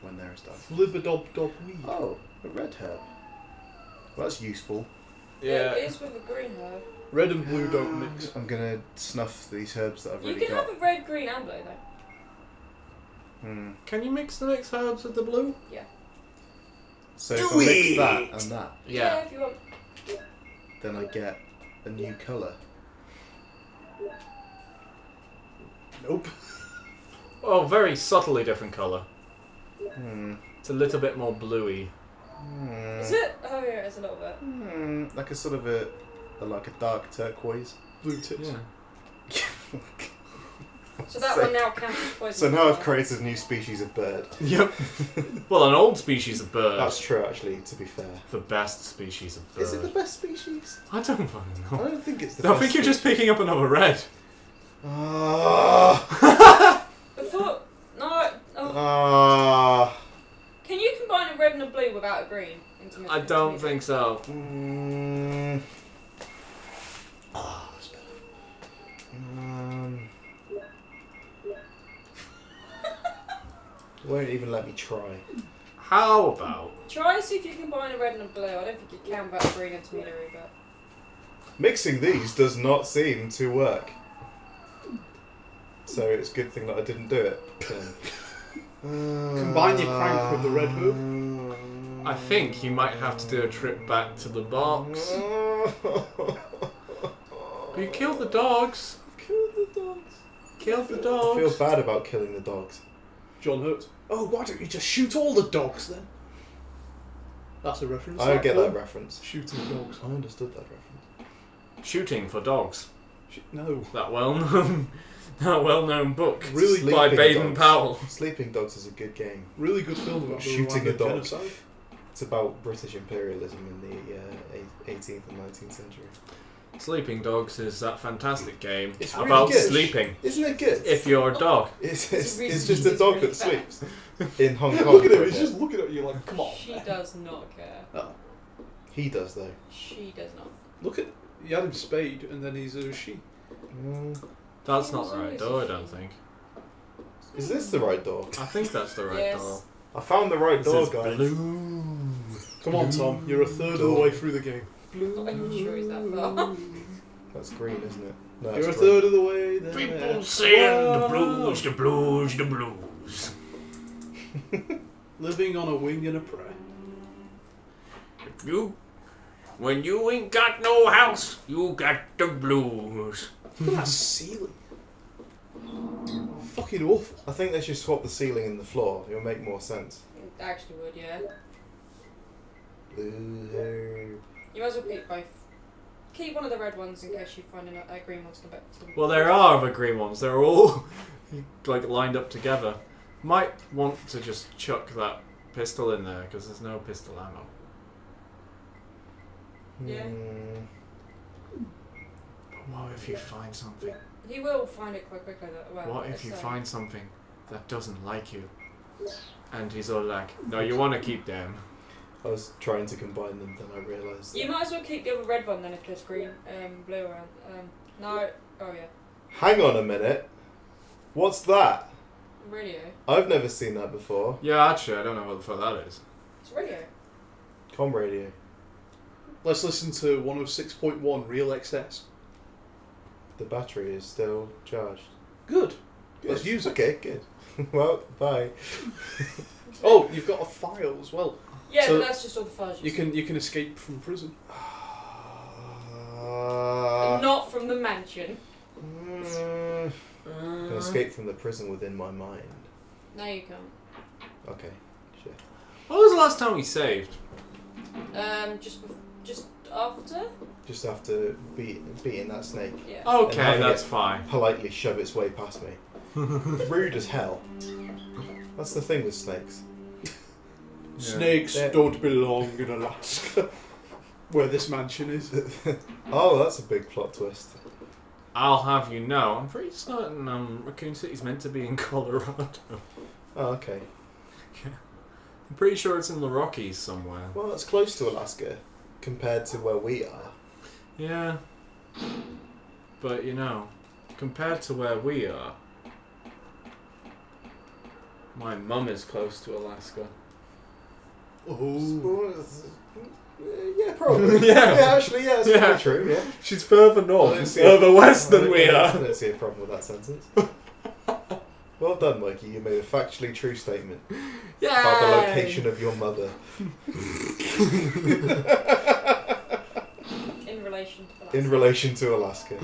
when there is dark. Libidob dob weed. Oh, a red herb. Well, that's useful. It is with a green herb. Red and blue Ah. don't mix. I'm gonna snuff these herbs that I've You already can got. have a red, green, and blue though. Hmm. Can you mix the mixed herbs with the blue? So Do if I mix it! that and that, Yeah. if you want. then I get a new colour. Nope. Oh, very subtly different color. Hmm. It's a little bit more bluey. Hmm. Is it? Oh yeah, it's a little bit. Hmm. Like a sort of a, a like a dark turquoise. Blue tips. So that So- one now counts as poison. So now I've created a new species of bird. Yep. well, an old species of bird. That's true, actually. To be fair, the best species of bird. is it the best species? I don't fucking I know. don't think it's the. uh, I best think you're just species. picking up another red. Ah. Before, no. Oh, Ah. can you combine a red and a blue without a green? into mixed I into don't mixed? think so. Mm. Ah, that's better. Um, won't even let me try. How about Try and see if you can combine a red and a blue. I don't think you can without a green intermediary, but Mixing these does not seem to work. So it's a good thing that I didn't do it. Combine your crank with the red I think you might have to do a trip back to the box. You killed the dogs. Kill the dogs. Kill the I feel dogs. bad about killing the dogs. John Hurt. Oh, why don't you just shoot all the dogs then? That's a reference. I don't get that film. reference. Shooting dogs. I understood that reference. Shooting for dogs. Sh- No. That well known, that well known book Really? by Sleeping Baden Dogs. Powell. Sleeping Dogs is a good game. Really good film about the Shooting a Rwandan dog. genocide. It's about British imperialism in the uh, eight- 18th and 19th century. Sleeping Dogs is that fantastic game It's really about good. sleeping. Isn't it good? If you're a dog, It's, it's, really- it's just a it's dog really that bad. sleeps in Hong Kong. Look at for him, a he's bit. just looking at you like, come on. She does not care. Oh. He does though. She does not. Look at. You had him spayed and then he's a she. Mm. that's not the right door. I don't think. Is this the right door? I think that's the right Yes. door. I found the right This door, is guys. blue. Come on, Tom. You're a third of the way through the game. Not even sure he's that far. That's green, isn't it? No, You're a it's third of the way there. People sing the blues, the blues, the blues. Living on a wing and a prayer. If you, when you ain't got no house, you got the blues. Look at that ceiling. Fucking awful. I think they should swap the ceiling and the floor. It'll make more sense. It actually would, yeah. Blue hair. You might as well keep both. Keep one of the red ones in case you find another a green one to come back to. Well, there are other green ones. They're all like lined up together. Might want to just chuck that pistol in there because there's no pistol ammo. Yeah. Mm. But what if you find something? He will find it quite quickly though. Well, What if you so- find something that doesn't like you? And he's all like, "No, you want to keep them." I was trying to combine them, then I realised. You might as well keep the other red one then if there's green, um, blue around. Um, no. Oh yeah. Hang on a minute. What's that? Radio. I've never seen that before. Yeah, actually, I don't know what the fuck that is. It's radio. Com radio. Let's listen to 106.1 Real XS. The battery is still charged. Good. Good. Let's use it. Okay, good. well, bye. Oh, you've got a file as well. Yeah, So- but that's just all the fudge. You can you can escape from prison. Uh, Not from the mansion. mm, can escape from the prison within my mind. No, you can't. Okay. Shit. What was the last time we saved? Um, just bef- just after. Just after beat, beating that snake, Yeah. And Okay, having that's it- fine. politely shove its way past me. Rude as hell. That's the thing with snakes. Snakes Yeah. don't belong in Alaska, where this mansion is. oh, that's a big plot twist. I'll have you know, I'm pretty certain um, Raccoon City's meant to be in Colorado. Oh, okay. I'm pretty sure it's in the Rockies somewhere. Well, it's close to Alaska compared to where we are. Yeah. But you know, compared to where we are, my mum is close to Alaska. Oh, uh, Yeah, probably. Yeah. actually, yeah, it's Yeah. probably true. Yeah. She's further I don't north, see further it. west I than don't- we I are. don't see a problem with that sentence. well done, Mikey. You made a factually true statement about the location of your mother In relation to that. in relation to Alaska.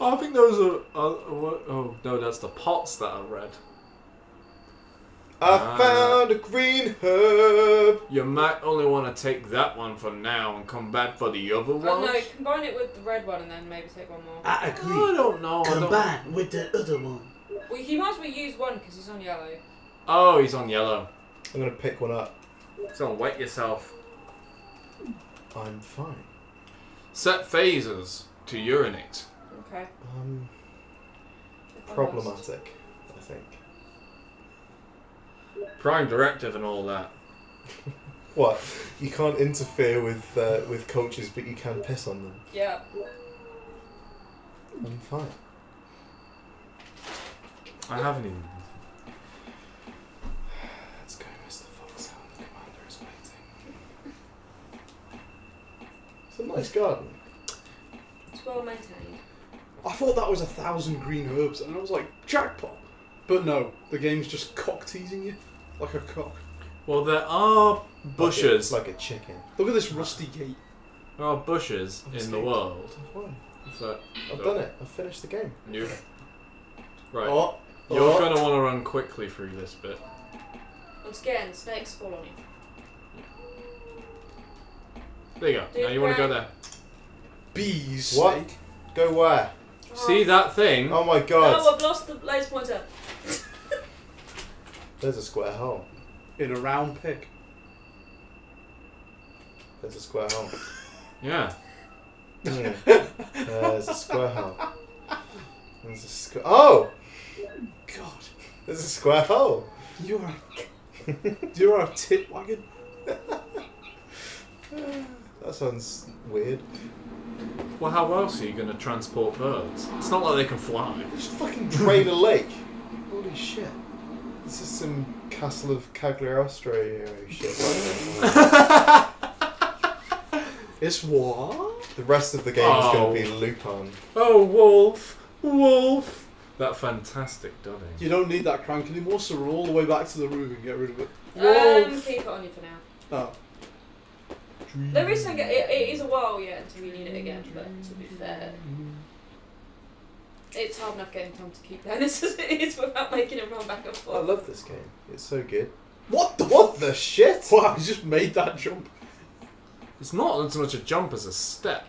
Oh, I think those are. are, are what- oh no, that's the pots that are red. I Ah. found a green herb. You might only want to take that one for now and come back for the other Oh, one. no, combine it with the red one and then maybe take one more. I I don't know. I don't... Combine with the other one. Well, he might as well use one because he's on yellow. Oh, he's on yellow. I'm gonna pick one up. So wet yourself. I'm fine. Set phases to urinate. Okay. Um, If I lost. problematic, I think. Prime directive and all that. What? You can't interfere with uh, with cultures, but you can piss on them. Yeah. I'm fine. I haven't even. Let's go, Mr. Foxhound. The commander is waiting. It's a nice garden. It's well maintained. I thought that was a thousand green herbs, and I was like jackpot. But no, the game's just cock teasing you like a cock. Well, there are bushes. Like a, like a chicken. Look at this rusty gate. There are bushes I'm in the scared. world Why? So, I've done it. I've finished the game. You. Right. Oh, You're oh. gonna want to run quickly through this bit. Once again, snakes fall on you. There you go. Do now you want to go that. there. Bees. What? Go where? See that thing? Oh my No, god. I've lost the laser pointer. There's a square hole. In a round pick. There's a square hole. Yeah. Hmm. There's a square hole. There's a square. Oh! God, There's a square hole. you're a, you're a tit wagon. That sounds weird. Well, how else are you gonna transport birds? It's not like they can fly. Just fucking drain a lake. Holy shit. This is some Castle of Cagliostro shit. It's what? the rest of the game is Oh. going to be Lupin. Oh, wolf, wolf. That fantastic dubbing. You don't need that crank anymore, so run all the way back to the room and get rid of it. Um, keep it on you for now. Oh. There is some, it, it is a while yet until we need it again, but to be fair, it's hard enough getting Tom to keep there. This is it is without making him run back and I forth. love this game. It's so good. What the What the shit? Wow, you just made that jump. It's not as much a jump as a step.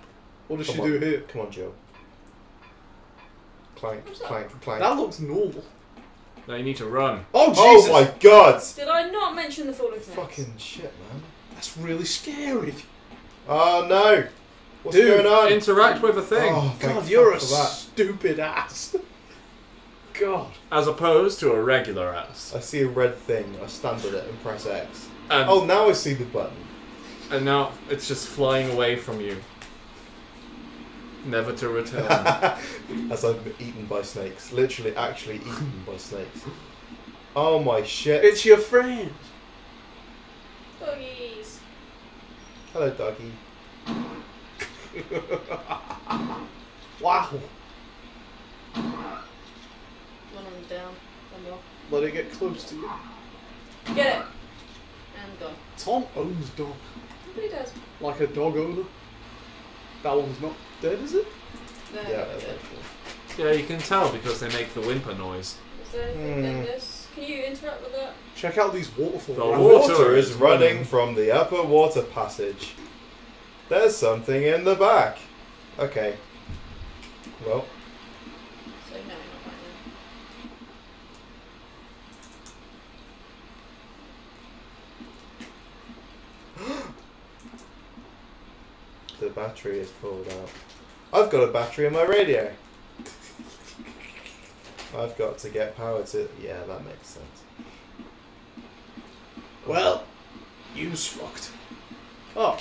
What does Come she on. do here? Come on, Joe. Clank, clank, clank. That looks normal. Now you need to run. Oh oh Jesus! my god! Did I not mention the falling snakes? Fucking shit, man. That's really scary. Oh no! What's Dude, going on? Interact with a thing, Oh, thank God, you're a fuck for that. stupid ass. God. as opposed to a regular ass. I see a red thing. I stand at it and press X. And, Oh, now I see the button. and now it's just flying away from you, never to return. As I've been eaten by snakes. Literally, actually eaten by snakes. Oh my shit. It's your friend. Oh, Doggies. Hello, doggy. Wow. One on the down, one more. Let it get close to you. Get it. And gone. Tom owns dog. But he does. Like a dog owner. That one's not dead, is it? No, Yeah, not that's good. actually. yeah, you can tell because they make the whimper noise. Is there anything Hmm. in this? Can you interact with that? Check out these waterfalls. The The water water is is running running. from the upper water passage. There's something in the back. Okay. Well, So no, not right the battery is pulled out. I've got a battery in my radio. I've got to get power to. Yeah, that makes sense. Well, you's fucked. Oh.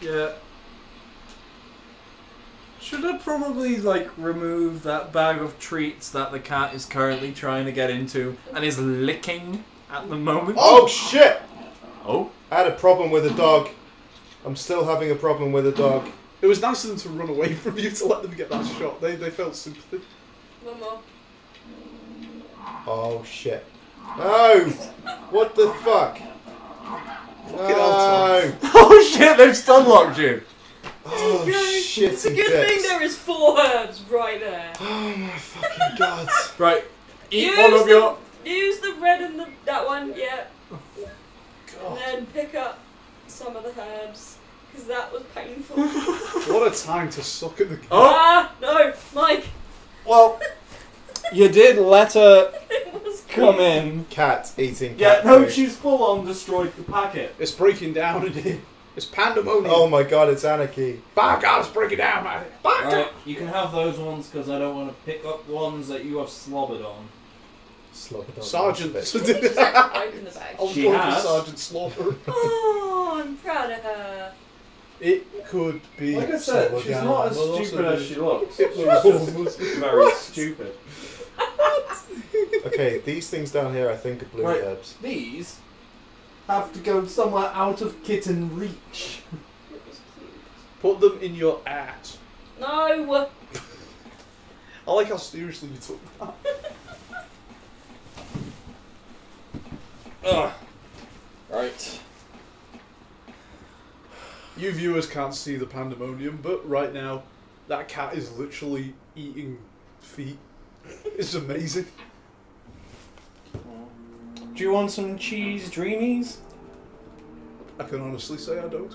Yeah. Should I probably like remove that bag of treats that the cat is currently trying to get into and is licking at the moment? Oh shit! Oh. I had a problem with a dog. I'm still having a problem with a dog. It was nice of them to run away from you to let them get that shot. They, they felt sympathy. now. One more. Oh shit. No! What the fuck? hell, No! Oh shit! They've stunlocked you. Oh Yay. shit! It's a good thing there is four herbs right there. Oh my fucking god. Right. Eat Use one of the- your. Use the red and the that one, yeah. And God. then pick up some of the herbs. Because that was painful. What a time to suck at the game. Oh. Ah, no, Mike. Well. You did let her It was come in. Cat eating Yeah. cat No, food. she's full on destroyed the packet. It's breaking down in here. It's pandemonium. Oh my god, it's anarchy. By God, it's breaking down, man. By God. Alright, you can have those ones because I don't want to pick up ones that you have slobbered on. Slobbered on. Sergeant. She just like, opened the bag. I was She going for has. Sergeant Slaughter. Oh, I'm proud of her. it could be. Like I said, Slaughter she's down. not as Well, also stupid as she the- looks. It She's was just very stupid. Okay, these things down here I think are blue Right. herbs. These have to go somewhere out of kitten reach. It was cute. Put them in your ass. No. I like how seriously you took that. Right. You viewers can't see the pandemonium, but right now, that cat is literally eating feet. It's amazing. Do you want some cheese dreamies? I can honestly say I don't. Do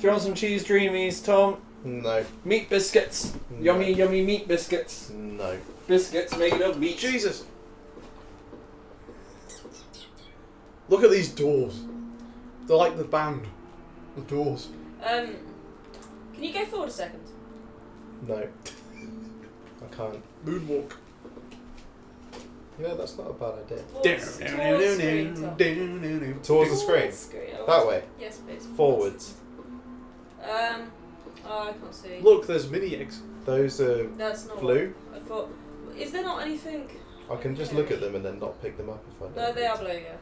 you want some cheese dreamies, Tom? No. Meat biscuits. Yummy, yummy meat biscuits. No. Biscuits made of meat. Jesus. Look at these doors. They're like the band. The doors. Um, can you go forward a second? No. I can't. Moonwalk. You know, that's not a bad idea. Towards, towards screen top. Towards the screen. screen, I That was- way. Yes, please. Forwards. Um, oh, I can't see. Look, there's mini eggs. Those are That's not blue. What I thought. Is there not anything? I can just look at them and then not pick them up if I don't. No, they are blue. Yeah.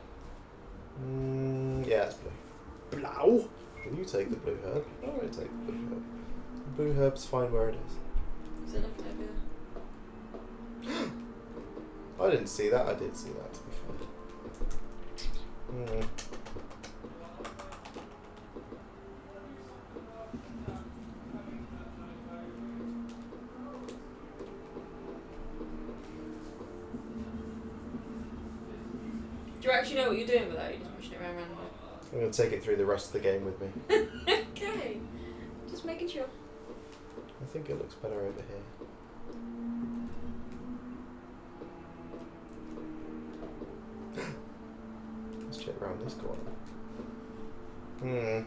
Mm, yeah, it's blue. Blow. Well, you take the blue herb. I will take the blue herb. The blue herb's fine where it is. Is there nothing over there? I didn't see that. I did see that. To be fair. Mm. Do you actually know what you're doing with that? You're just pushing it around randomly. I'm gonna take it through the rest of the game with me. okay. Just making sure. I think it looks better over here. Let's check around this corner. Hmm.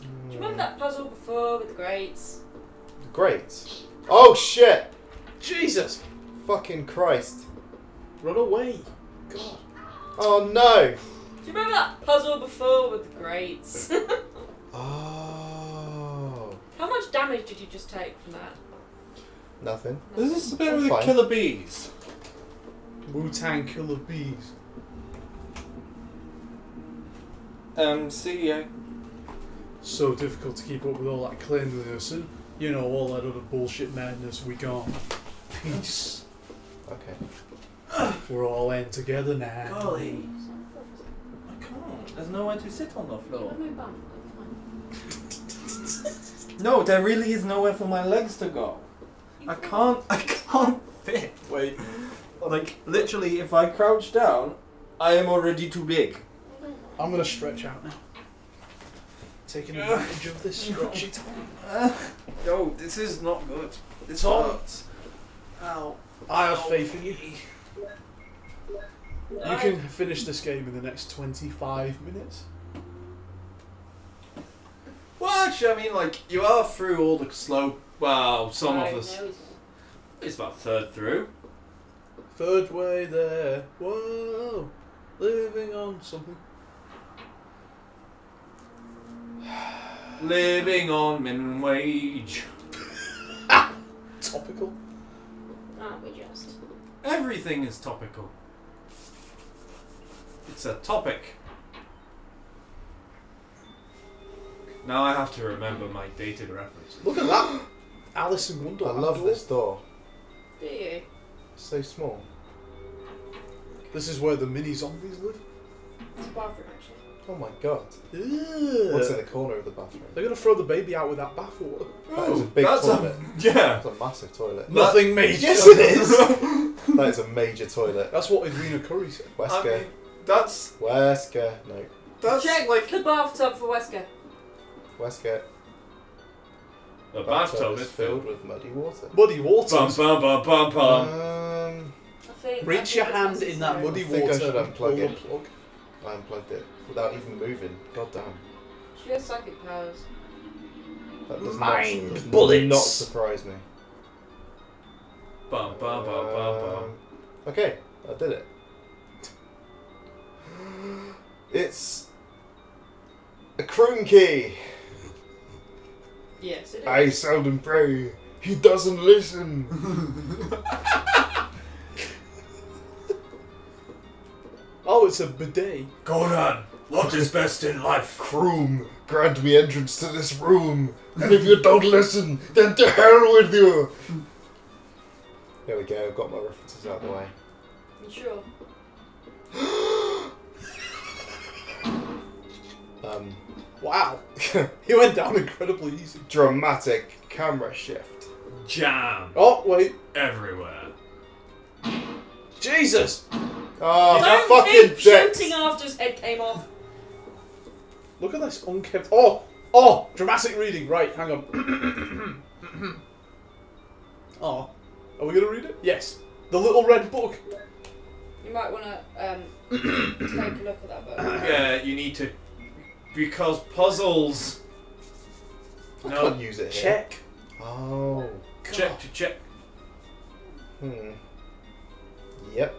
Do you remember that puzzle before with the grates? Great. Oh shit! Jesus. Fucking Christ. Run away. God. Oh no! Do you remember that puzzle before with the grates? Oh. How much damage did you just take from that? Nothing. This is the bit with the Fine. killer bees. Wu Tang Killer Bees. Um, see ya. So difficult to keep up with all that cleanliness and, you know, all that other bullshit madness we got. Peace. Okay. We're all in together now. Golly. I can't. There's nowhere to sit on the floor. No, there really is nowhere for my legs to go. I can't. I can't fit. Wait. Like literally, if I crouch down, I am already too big. I'm gonna stretch out now. Taking advantage of this stretchy time. No, this is not good. This hurts. Ow. I have faith in you. You can finish this game in the next 25 minutes. Well, actually, I mean, like you are through all the slow. Well, some I of the. s- know it's- It's about third through. Third way there. Whoa. Living on something. Living on minimum wage. Topical. Aren't we just? Everything is topical. It's a topic. Now I have to remember my dated references. Look at that. Alice in I Wonderland. love door. this door. Do you? It's so small. This is where the mini zombies live. It's a bathroom actually. Oh my god. Ew. What's in the corner of the bathroom? They're gonna throw the baby out with that bathwater. That is a big that's toilet. yeah. That's a massive toilet. Nothing major. Yes, it is. that is a major toilet. That's what Edwina Curry said. I Wesker. mean, that's Wesker. No. that's Check like the bathtub for Wesker. Wesker. the bathtub is filled. with muddy water. Muddy water. Bum bum bum bum bum. Um, I think. I Reach think your that's hand in that I necessary. muddy think I water. should and unplug pull the it. plug. I unplugged it without even moving. God damn. She has psychic powers. That does Mind not, does bullets. not surprise me. Bum bum bum bum bum. Um, okay, I did it. It's a key. Yes, it is. I seldom pray. He doesn't listen. Oh, it's a bidet. Conan, what is best in life? Croom, grant me entrance to this room. And if you don't listen, then to hell with you. There we go. I've got my references out of the way. You sure? Um, wow. he went down incredibly easy. Dramatic camera shift. Jam Oh, wait. everywhere. Jesus! Oh, Don't fucking keep dicks. shooting after his head came off. Look at this unkept. Oh, oh, dramatic reading. Right, hang on. oh, are we gonna read it? Yes. The little red book. You might want to um, take a look at that book. Yeah, you need to. Because puzzles. I can't No. use it. here. Check. Oh. Check to check. Hmm. Yep.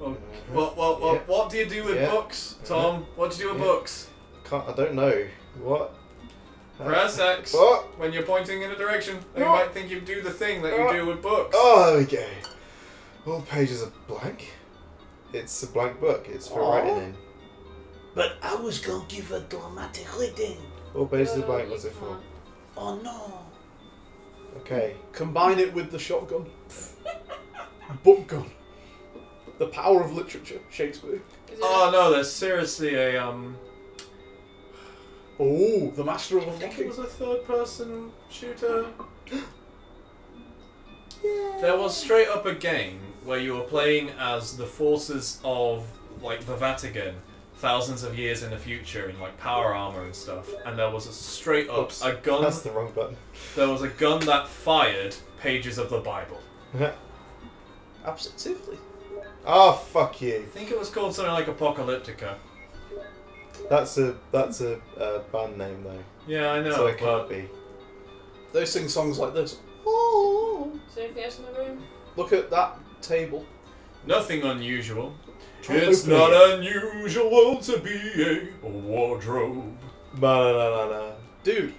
Well, what, what, what, Yeah. what do you do with Yeah. books, Tom? What do you do with Yeah. books? Can't. I don't know. What? Press X Oh. when you're pointing in a direction. and You No. might think you do the thing that you No. do with books. Oh, there we go. All pages are blank. It's a blank book. It's for Aw. writing in. But I was gonna give a dramatic reading. All pages No, are no, blank. you What's it for? can't. Oh no. Okay. Combine it with the shotgun. book gun. The power of literature. Shakespeare. Is it Oh no, there's seriously a um. Oh, the master of I think it unlocking. was a third-person shooter. There was straight up a game where you were playing as the forces of like the Vatican, thousands of years in the future, in like power armor and stuff. And there was a straight up Oops. a gun. That's the wrong button. There was a gun that fired pages of the Bible. Absolutely. Ah, fuck you. I think it was called something like Apocalyptica. That's a that's a uh, band name though. Yeah, I know. so it can't but be. They sing songs like this. Is there anything else in the room? Look at that table. nothing unusual. Try It's opening not it. unusual to be a wardrobe. No, no, no, no, no. Dude,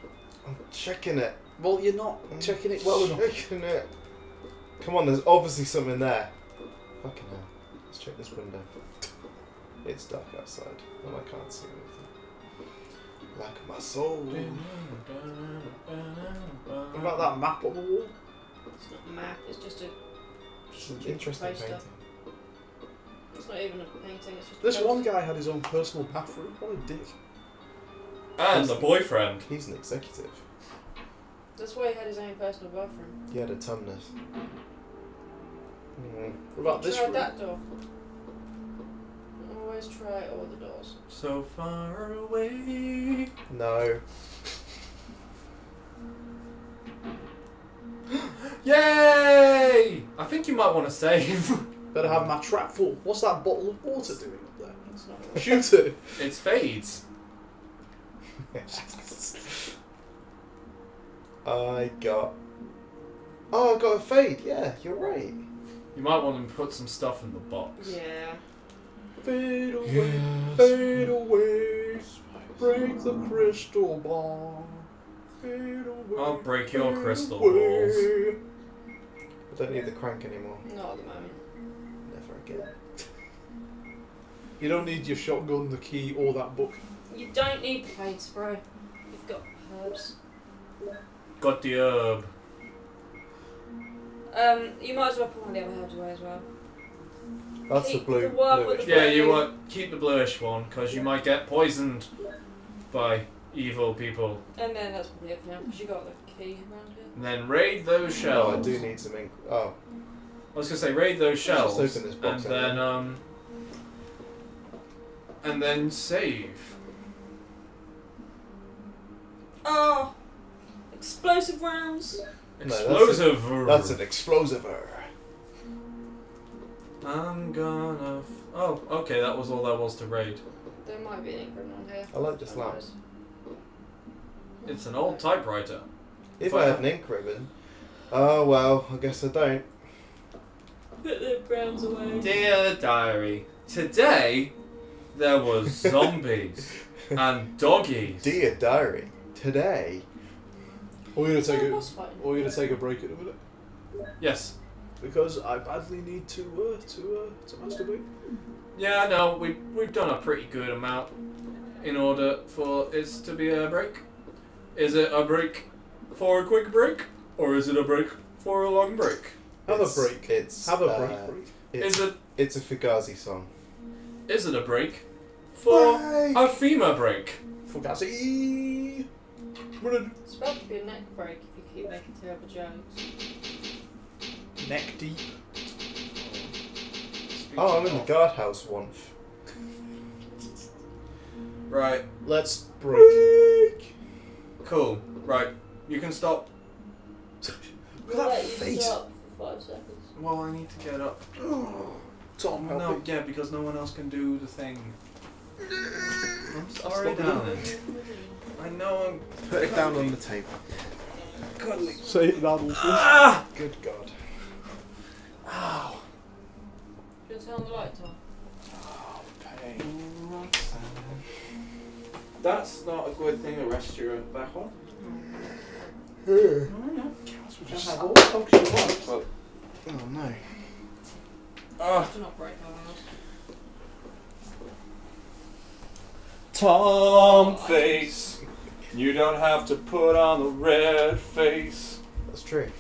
I'm checking it. well, you're not I'm checking it well enough. Checking it. Come on, there's obviously something there. Fucking hell. Let's check this window. It's dark outside, and I can't see anything. Like my soul. What about that map on the wall? It's not a map, it's just a. It's an interesting Poster. painting. It's not even a painting, it's just a This poster. one uh, guy had his own personal bathroom. What a dick. And the boyfriend. He's an executive. That's why he had his own personal bathroom. He had a tumnus. Mm. What about this try room? that door. Always try all the doors. So far away. No. Yay! I think you might want to save. Better have my trap full. What's that bottle of water doing up there? It's not. Shoot it. it's fades. I got. Oh, I got a fade. Yeah, you're right. You might want to put some stuff in the box. Yeah. Fade away, fade away. Break the crystal ball. Fade away. Oh. I'll break your fade crystal away. balls. I don't need the crank anymore. Not at the moment. Never again. You don't need your shotgun, the key, or that book. You don't need the paint spray. You've got herbs. Got the herb. Um, you might as well put one of the other herbs away as well. That's the Keep blue. the one with bluish. the- Yeah, you want keep the bluish one because you might get poisoned by evil people. And then that's probably it for now, because you got the key around here. And then raid those Oh, shelves. I do need some ink. Oh, I was gonna say raid those Let's shelves just open this box and anyway. then um and then save. Oh! Explosive rounds! No, that's a- Explosive. that's an explosiver. I'm gonna. F- oh, okay. That was all there was to raid. There might be an increment on here. I like this lamp. It's an old typewriter. If I had an ink ribbon. Oh well, I guess I don't. Put the browns away. Dear diary, today there was zombies and doggies. Dear diary, today. We're gonna take Take a boss fight. we're gonna take a break in a minute yes. because I badly need to uh, to uh, to masturbate. Yeah, no, we we've done a pretty good amount in order for it to be a break. Is it a break for a quick break, or is it a break for a long break? Have a it's- break. It's Have a uh, break. break. It's, Is it it's a Fugazi song. is it a break for Break. a FEMA break? For full Gazi. Running. It's about to be a neck break if you keep making terrible jokes. Neck deep. Oh, I'm in the guardhouse once. Right. Let's break. Cool. Right. You can stop. Look at that face. Stop for five seconds. Well, I need to get up. Tom, help No, me. yeah, because no one else can do the thing. I'm sorry, darling. I know I'm. Put it down on the table. Cuddly. Save that awful. Ah! Good God. Ow. Should I turn on the light, Tom? Pain. That's not a good thing to rest your back on. Cows were You can just- have all the dogs you want, but. Oh no. Ah! Do not break my house. Tom face. You don't have to put on the red face. That's true.